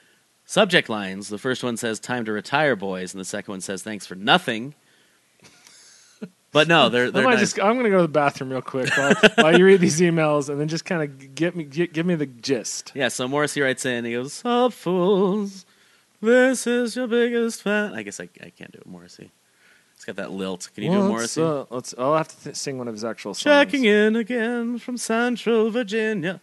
[SPEAKER 8] subject lines. The first one says "Time to retire, boys," and the second one says "Thanks for nothing." But no, they're
[SPEAKER 9] I
[SPEAKER 8] they're
[SPEAKER 9] might
[SPEAKER 8] nice.
[SPEAKER 9] just, I'm going to go to the bathroom real quick while, while you read these emails, and then just kind of get me gi- give me the gist.
[SPEAKER 8] yeah. So Morrissey writes in. He goes, "Up fools, this is your biggest fan." I guess I I can't do it, Morrissey. It's got that lilt. Can you do a
[SPEAKER 9] What's
[SPEAKER 8] Morrissey?
[SPEAKER 9] up? Let's- I'll have to th- sing one of his actual songs.
[SPEAKER 8] Checking in again from Central Virginia.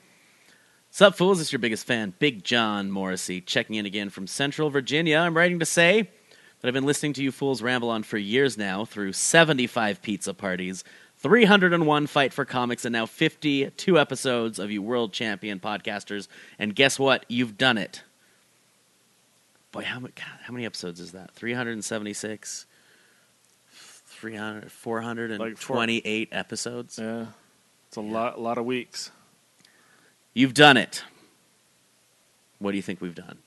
[SPEAKER 8] Sup, fools? It's your biggest fan, Big John Morrissey, checking in again from Central Virginia. I'm writing to say that I've been listening to you fools ramble on for years now through 75 pizza parties, 301 Fight for Comics, and now 52 episodes of you world champion podcasters. And guess what? You've done it. Boy, how, mu- God, how many episodes is that? 376, 300, 428 episodes?
[SPEAKER 9] Yeah. It's a lot, lot of weeks.
[SPEAKER 8] You've done it. What do you think we've done?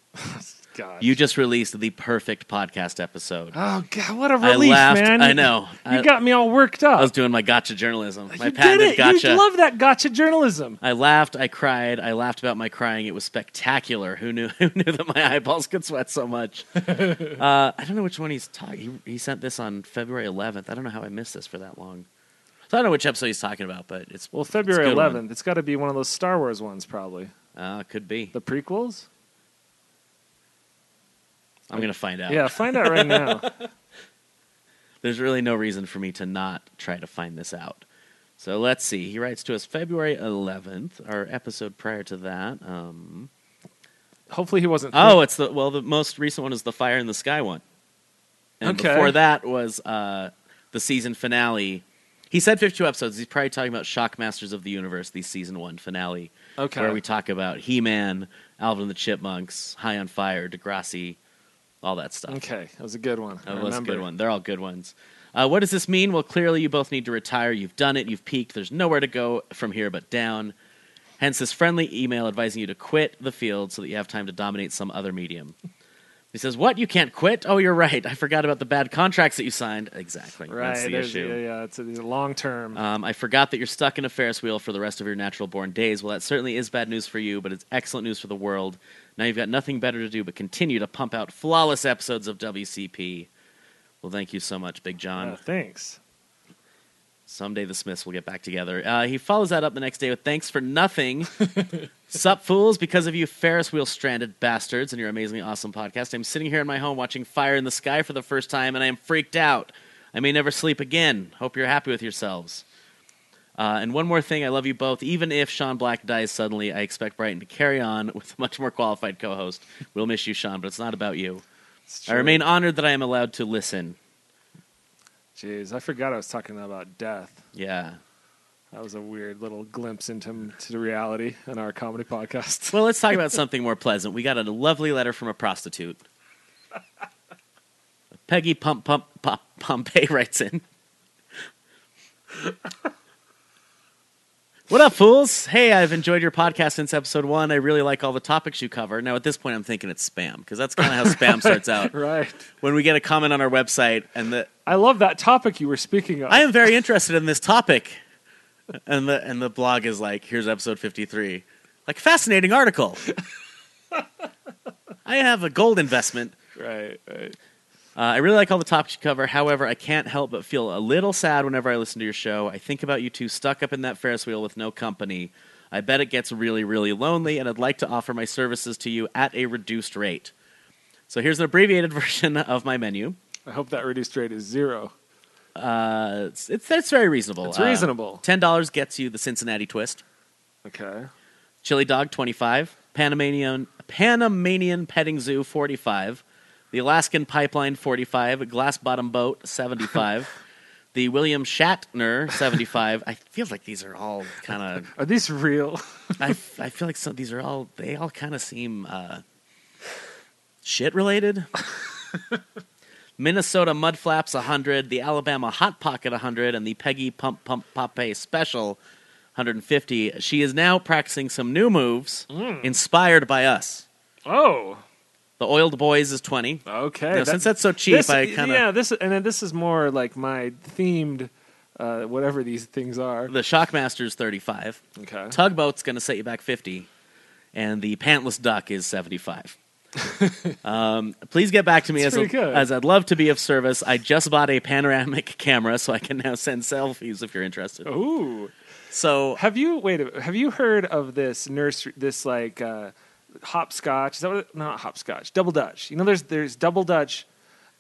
[SPEAKER 9] God.
[SPEAKER 8] You just released the perfect podcast episode.
[SPEAKER 9] oh, God, what a
[SPEAKER 8] I
[SPEAKER 9] relief,
[SPEAKER 8] laughed.
[SPEAKER 9] man.
[SPEAKER 8] I know.
[SPEAKER 9] You
[SPEAKER 8] I,
[SPEAKER 9] got me all worked up.
[SPEAKER 8] I was doing my gotcha journalism. My
[SPEAKER 9] you did
[SPEAKER 8] patented
[SPEAKER 9] it.
[SPEAKER 8] gotcha.
[SPEAKER 9] You love that gotcha journalism.
[SPEAKER 8] I laughed. I cried. I laughed about my crying. It was spectacular. Who knew? Who knew that my eyeballs could sweat so much? uh, I don't know which one he's talking. He, he sent this on February 11th. I don't know how I missed this for that long. So I don't know which episode he's talking about, but it's
[SPEAKER 9] Well,
[SPEAKER 8] it's a
[SPEAKER 9] February
[SPEAKER 8] good
[SPEAKER 9] 11th.
[SPEAKER 8] one.
[SPEAKER 9] It's got to be one of those Star Wars ones, probably.
[SPEAKER 8] Uh, could be.
[SPEAKER 9] The prequels?
[SPEAKER 8] I'm gonna find out.
[SPEAKER 9] Yeah, find out right now.
[SPEAKER 8] there's really no reason for me to not try to find this out. So let's see. He writes to us February 11th, our episode prior to that. Um,
[SPEAKER 9] Hopefully, he wasn't.
[SPEAKER 8] oh, it's the well, the most recent one is the Fire in the Sky one, and
[SPEAKER 9] Okay.
[SPEAKER 8] before that was uh, the season finale. He said 52 episodes. He's probably talking about Shockmasters of the Universe, the season one finale,
[SPEAKER 9] Okay.
[SPEAKER 8] where we talk about He-Man, Alvin and the Chipmunks, High on Fire, Degrassi, all that stuff.
[SPEAKER 9] Okay, that was a good one. I
[SPEAKER 8] That was a
[SPEAKER 9] remember.
[SPEAKER 8] good one. They're all good ones. Uh, what does this mean? Well, clearly you both need to retire. You've done it. You've peaked. There's nowhere to go from here but down. Hence this friendly email advising you to quit the field so that you have time to dominate some other medium. He says, "What? You can't quit? Oh, you're right. I forgot about the bad contracts that you signed. Exactly.
[SPEAKER 9] Right.
[SPEAKER 8] That's the
[SPEAKER 9] there's-
[SPEAKER 8] issue.
[SPEAKER 9] Yeah, yeah. It's a, long term.
[SPEAKER 8] Um, I forgot that you're stuck in a Ferris wheel for the rest of your natural born days. Well, that certainly is bad news for you, but it's excellent news for the world. Now you've got nothing better to do but continue to pump out flawless episodes of WCP. Well, thank you so much, Big John.
[SPEAKER 9] Yeah, Uh, thanks.
[SPEAKER 8] Someday the Smiths will get back together. Uh, he follows that up the next day with thanks for nothing. Sup, fools. Because of you, Ferris wheel stranded bastards, and your amazingly awesome podcast, I'm sitting here in my home watching Fire in the Sky for the first time, and I am freaked out. I may never sleep again. Hope you're happy with yourselves. Uh, and one more thing, I love you both. Even if Sean Black dies suddenly, I expect Brighton to carry on with a much more qualified co host. We'll miss you, Sean, but it's not about you.
[SPEAKER 9] It's
[SPEAKER 8] I
[SPEAKER 9] true.
[SPEAKER 8] remain honored that I am allowed to listen.
[SPEAKER 9] Jeez, I forgot I was talking about death.
[SPEAKER 8] Yeah.
[SPEAKER 9] That was a weird little glimpse into to the reality in our comedy podcast.
[SPEAKER 8] Well, let's talk about something more pleasant. We got a lovely letter from a prostitute. Peggy Pump Pump Pom- Pompey writes in. What up, fools? Hey, I've enjoyed your podcast since episode one. I really like all the topics you cover. Now, at this point, I'm thinking it's spam because that's kind of how spam starts out.
[SPEAKER 9] right.
[SPEAKER 8] When we get a comment on our website, and the,
[SPEAKER 9] I love that topic you were speaking of.
[SPEAKER 8] I am very interested in this topic, and the and the blog is like, here's episode 53, like fascinating article. I have a gold investment.
[SPEAKER 9] right. Right.
[SPEAKER 8] Uh, I really like all the topics you cover. However, I can't help but feel a little sad whenever I listen to your show. I think about you two stuck up in that Ferris wheel with no company. I bet it gets really, really lonely, and I'd like to offer my services to you at a reduced rate. So here's an abbreviated version of my menu.
[SPEAKER 9] I hope that reduced rate is zero.
[SPEAKER 8] Uh, it's, it's, that's very reasonable.
[SPEAKER 9] It's
[SPEAKER 8] Uh,
[SPEAKER 9] reasonable.
[SPEAKER 8] $10 gets you the Cincinnati twist.
[SPEAKER 9] Okay.
[SPEAKER 8] Chili Dog 25, Panamanian Panamanian Petting Zoo 45, the Alaskan Pipeline 45, Glass Bottom Boat 75, the William Shatner 75. I feel like these are all kind
[SPEAKER 9] Are these real?
[SPEAKER 8] of I, I feel like some these are all they all kind of seem uh, shit related. Minnesota Mudflaps 100, the Alabama Hot Pocket 100, and the Peggy Pump Pump Poppe Special 150. She is now practicing some new moves inspired by us.
[SPEAKER 9] Oh,
[SPEAKER 8] The Oiled Boys is 20.
[SPEAKER 9] okay.
[SPEAKER 8] Now,
[SPEAKER 9] that-
[SPEAKER 8] since that's so cheap,
[SPEAKER 9] this-
[SPEAKER 8] I kind of.
[SPEAKER 9] yeah. This and then this is more like my themed, uh, whatever these things are.
[SPEAKER 8] The Shockmaster's 35.
[SPEAKER 9] Okay.
[SPEAKER 8] Tugboat's going to set you back 50. And the Pantless Duck is 75. um, please get back to me
[SPEAKER 9] That's
[SPEAKER 8] as,
[SPEAKER 9] pretty good.
[SPEAKER 8] as I'd love to be of service. I just bought a panoramic camera, so I can now send selfies if you're interested.
[SPEAKER 9] Oh. Ooh.
[SPEAKER 8] So
[SPEAKER 9] Have you wait? a minute, Have you heard of this nursery? This like uh, hopscotch? Is that what? it- Not hopscotch. Double Dutch. You know, there's there's double Dutch.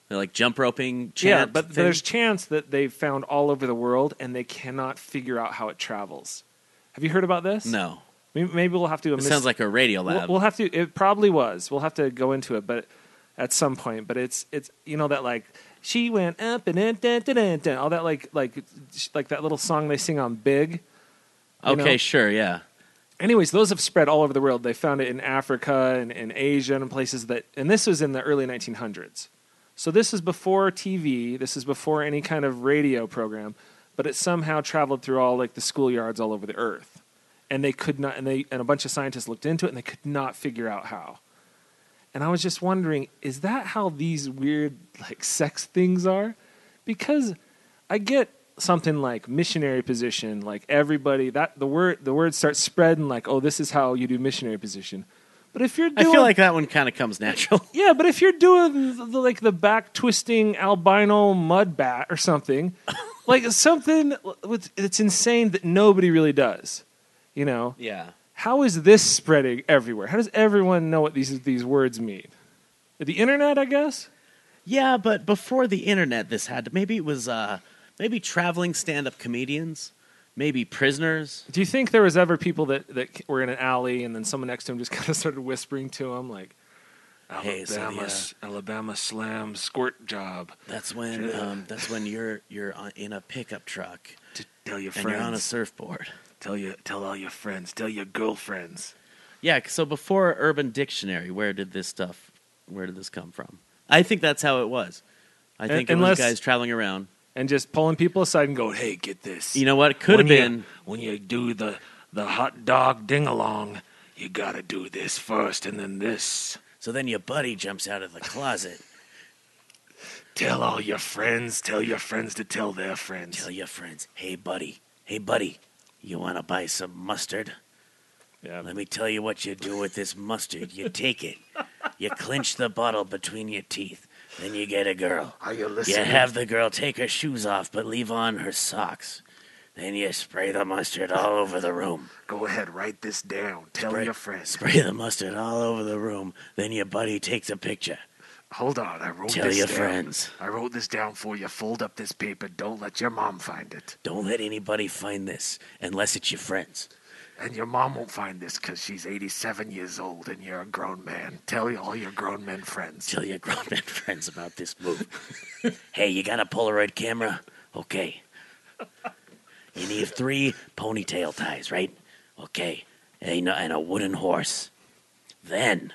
[SPEAKER 8] they're like jump roping,
[SPEAKER 9] yeah,
[SPEAKER 8] chant
[SPEAKER 9] but
[SPEAKER 8] thing.
[SPEAKER 9] there's chants that they've found all over the world, and they cannot figure out how it travels. Have you heard about this?
[SPEAKER 8] no.
[SPEAKER 9] Maybe, maybe we'll have to. do a
[SPEAKER 8] It
[SPEAKER 9] mis-
[SPEAKER 8] sounds like a radio
[SPEAKER 9] We'll-
[SPEAKER 8] lab.
[SPEAKER 9] We'll, have to. It probably was. We'll have to go into it, but at some point. But it's it's you know that like she went up and dun, dun, dun, dun, dun, all that like like like that little song they sing on Big. you
[SPEAKER 8] okay,
[SPEAKER 9] know.
[SPEAKER 8] sure, yeah.
[SPEAKER 9] Anyways, those have spread all over the world. They found it in Africa and in Asia and places that. And this was in the early 1900s. So this is before TV. This is before any kind of radio program. But it somehow traveled through all like the schoolyards all over the earth, and they could not. And they and a bunch of scientists looked into it and they could not figure out how. And I was just wondering, is that how these weird like sex things are? Because I get something like missionary position, like everybody that the word the word starts spreading like, oh, this is how you do missionary position. But if you're
[SPEAKER 8] I
[SPEAKER 9] doing
[SPEAKER 8] feel like that one kind of comes natural.
[SPEAKER 9] yeah, but if you're doing the, the, like the back twisting albino mud bat or something, like something with- it's insane that nobody really does. You know,
[SPEAKER 8] yeah.
[SPEAKER 9] how is this spreading everywhere? How does everyone know what these these words mean? The internet, I guess.
[SPEAKER 8] Yeah, but before the internet, this had to. Maybe it was uh, maybe traveling stand up comedians, maybe prisoners.
[SPEAKER 9] Do you think there was ever people that that were in an alley and then someone next to him just kind of started whispering to him like
[SPEAKER 8] Hey, so the,
[SPEAKER 9] Alabama,
[SPEAKER 8] uh,
[SPEAKER 9] Alabama slam squirt job
[SPEAKER 8] That's when um, that's when you're you're on, in a pickup truck
[SPEAKER 9] to tell your
[SPEAKER 8] and you're on a surfboard.
[SPEAKER 9] tell your tell all your friends, tell your girlfriends.
[SPEAKER 8] Yeah. So before Urban Dictionary, where did this stuff? Where did this come from? I think that's how it was. I think
[SPEAKER 9] unless-
[SPEAKER 8] it was guys traveling around.
[SPEAKER 9] And just pulling people aside and going, "Hey, get this."
[SPEAKER 8] You know what? It could have been.
[SPEAKER 9] when you do the the hot dog ding along, you got to do this first and then this.
[SPEAKER 8] So then your buddy jumps out of the closet.
[SPEAKER 9] Tell all your friends, tell your friends to tell their friends.
[SPEAKER 8] Tell your friends, hey buddy, hey buddy, you want to buy some mustard?
[SPEAKER 9] Yeah.
[SPEAKER 8] Let me tell you what you do with this mustard. You take it, you clench the bottle between your teeth, then you get a girl.
[SPEAKER 9] Are you
[SPEAKER 8] You
[SPEAKER 9] listening?
[SPEAKER 8] have the girl take her shoes off but leave on her socks. Then you spray the mustard all over the room.
[SPEAKER 9] Go ahead, write this down. Tell your friends.
[SPEAKER 8] Spray the mustard all over the room. Then your buddy takes a picture.
[SPEAKER 9] Hold on, I wrote
[SPEAKER 8] Tell
[SPEAKER 9] this
[SPEAKER 8] your
[SPEAKER 9] down.
[SPEAKER 8] friends.
[SPEAKER 9] I wrote this down for you. Fold up this paper. Don't let your mom find it,
[SPEAKER 8] Don't let anybody find this unless it's your friends.
[SPEAKER 9] and your mom won't find this because she's 87 years old and you're a grown man. Tell all your grown men friends.
[SPEAKER 8] Tell your grown men friends about this move. hey, you got a Polaroid camera? Okay. You need three ponytail ties, right? Okay. And a, and a wooden horse. Then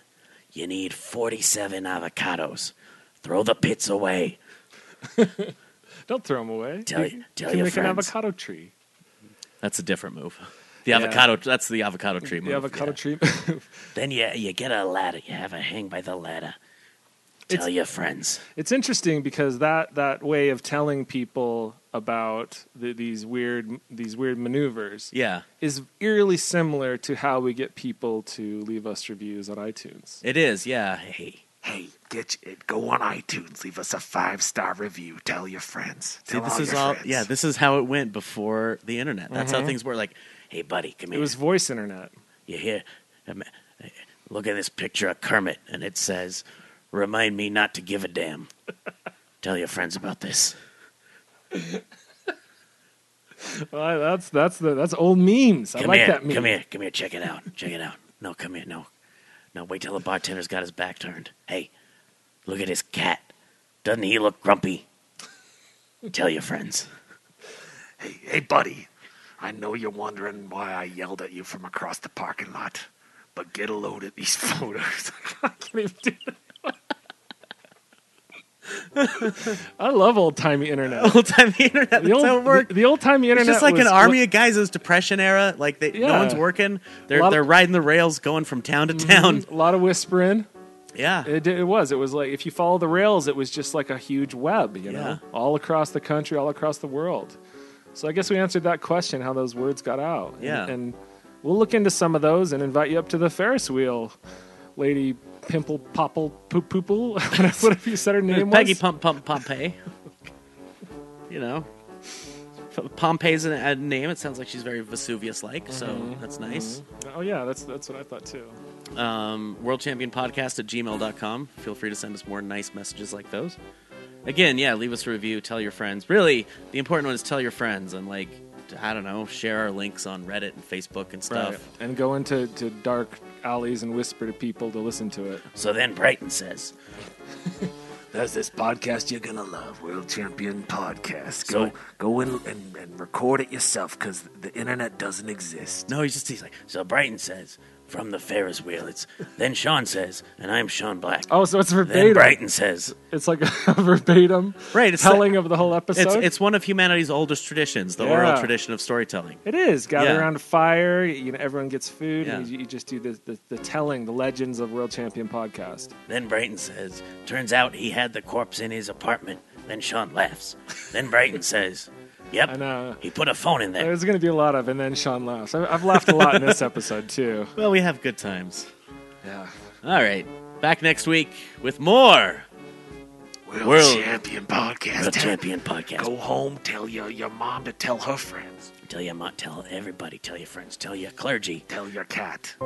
[SPEAKER 8] you need 47 avocados. Throw the pits away.
[SPEAKER 9] Don't throw them away.
[SPEAKER 8] Tell
[SPEAKER 9] you,
[SPEAKER 8] y- tell
[SPEAKER 9] you can
[SPEAKER 8] your
[SPEAKER 9] make an
[SPEAKER 8] friends.
[SPEAKER 9] avocado tree.
[SPEAKER 8] That's a different move. The
[SPEAKER 9] avocado-
[SPEAKER 8] that's the avocado tree
[SPEAKER 9] The avocado tree.
[SPEAKER 8] Then you, you get a ladder. You have a hang by the ladder. Tell
[SPEAKER 9] It's-
[SPEAKER 8] your friends.
[SPEAKER 9] it's interesting because that that way of telling people about the, these weird these weird maneuvers
[SPEAKER 8] Yeah.
[SPEAKER 9] is eerily similar to how we get people to leave us reviews on iTunes.
[SPEAKER 8] It is, yeah. Hey.
[SPEAKER 9] Hey, get it. Go on iTunes. Leave us a five star review. Tell your friends.
[SPEAKER 8] See, this is all. Yeah, this is how it went before the internet. That's how things were. Like, Mm-hmm. hey, buddy, come
[SPEAKER 9] it
[SPEAKER 8] here.
[SPEAKER 9] was voice internet.
[SPEAKER 8] you hear? um, uh, Look at this picture of Kermit, and it says, "Remind me not to give a damn." Tell your friends about this.
[SPEAKER 9] Well, that's that's the that's old memes. I
[SPEAKER 8] Come
[SPEAKER 9] like
[SPEAKER 8] here.
[SPEAKER 9] that meme.
[SPEAKER 8] Come here. Come here. Check it out. Check it out. No, come here. No, no. Wait till the bartender's got his back turned. Hey, look at his cat. Doesn't he look grumpy? Tell your friends.
[SPEAKER 1] Hey, hey, buddy. I know you're wondering why I yelled at you from across the parking lot, but get a load of these photos.
[SPEAKER 9] I can't even do that. I love old timey internet.
[SPEAKER 8] Old time internet.
[SPEAKER 9] The
[SPEAKER 8] That's how it
[SPEAKER 9] old,
[SPEAKER 8] worked.
[SPEAKER 9] the, old timey internet
[SPEAKER 8] It's just like
[SPEAKER 9] was
[SPEAKER 8] an army of guys. It was depression era. Like they, no
[SPEAKER 9] Yeah.
[SPEAKER 8] one's working. They're
[SPEAKER 9] Lot of-
[SPEAKER 8] they're riding the rails, going from town to town.
[SPEAKER 9] A lot of whispering.
[SPEAKER 8] Yeah.
[SPEAKER 9] It, did- it was. It was like if you follow the rails, it was just like a huge web, you know,
[SPEAKER 8] Yeah.
[SPEAKER 9] all across the country, all across the world. So I guess we answered that question how those words got out. And-
[SPEAKER 8] Yeah.
[SPEAKER 9] And, we'll look into some of those and invite you up to the Ferris wheel, Lady Pimple Popple Poop Poople. Whatever you said her name was.
[SPEAKER 8] Peggy Pump Pump Pompey. you know, P- Pompey's an, a name. It sounds like she's very Vesuvius like,
[SPEAKER 9] Mm-hmm.
[SPEAKER 8] so that's nice.
[SPEAKER 9] Oh, yeah, that's, that's what I thought too.
[SPEAKER 8] Um, World Champion Podcast at gmail.com. Feel free to send us more nice messages like those. Again, yeah, leave us a review, tell your friends. Really, the important one is tell your friends and, like, I don't know, share our links on Reddit and Facebook and stuff.
[SPEAKER 9] And go into to dark alleys and whisper to people to listen to it.
[SPEAKER 8] So then Brighton says,
[SPEAKER 1] There's this podcast you're gonna love, World Champion Podcast.
[SPEAKER 8] So-
[SPEAKER 1] Go, go in and, and record it yourself, cause the internet doesn't exist.
[SPEAKER 8] No, he's just he's like, so Brighton says, from the Ferris wheel, it's then Sean says, and I'm Sean Black.
[SPEAKER 9] Oh, so it's
[SPEAKER 8] Then
[SPEAKER 9] verbatim.
[SPEAKER 8] Brighton says,
[SPEAKER 9] It's like a verbatim
[SPEAKER 8] Right, it's
[SPEAKER 9] telling of the whole episode.
[SPEAKER 8] it's, it's one of humanity's oldest traditions, the
[SPEAKER 9] Yeah.
[SPEAKER 8] oral tradition of storytelling.
[SPEAKER 9] It is gather
[SPEAKER 8] Yeah.
[SPEAKER 9] around a fire. You know, everyone gets food, and
[SPEAKER 8] Yeah.
[SPEAKER 9] you, you just do the, the the telling, the legends of world champion podcast.
[SPEAKER 8] Then Brighton says, turns out he had the corpse in his apartment. Then Sean laughs. Then Brighton says, yep,
[SPEAKER 9] I know.
[SPEAKER 8] he put a phone in there.
[SPEAKER 9] There's going to be a lot of, and then Sean laughs. I, I've laughed a lot in this episode too.
[SPEAKER 8] Well, we have good times.
[SPEAKER 9] Yeah.
[SPEAKER 8] All right, back next week with more
[SPEAKER 1] World,
[SPEAKER 8] World
[SPEAKER 1] Champion Podcast.
[SPEAKER 8] the Champion Podcast.
[SPEAKER 1] Go home, tell your, your mom to tell her friends,
[SPEAKER 8] Tell your mom, tell everybody, tell your friends, tell your clergy.
[SPEAKER 1] tell your cat.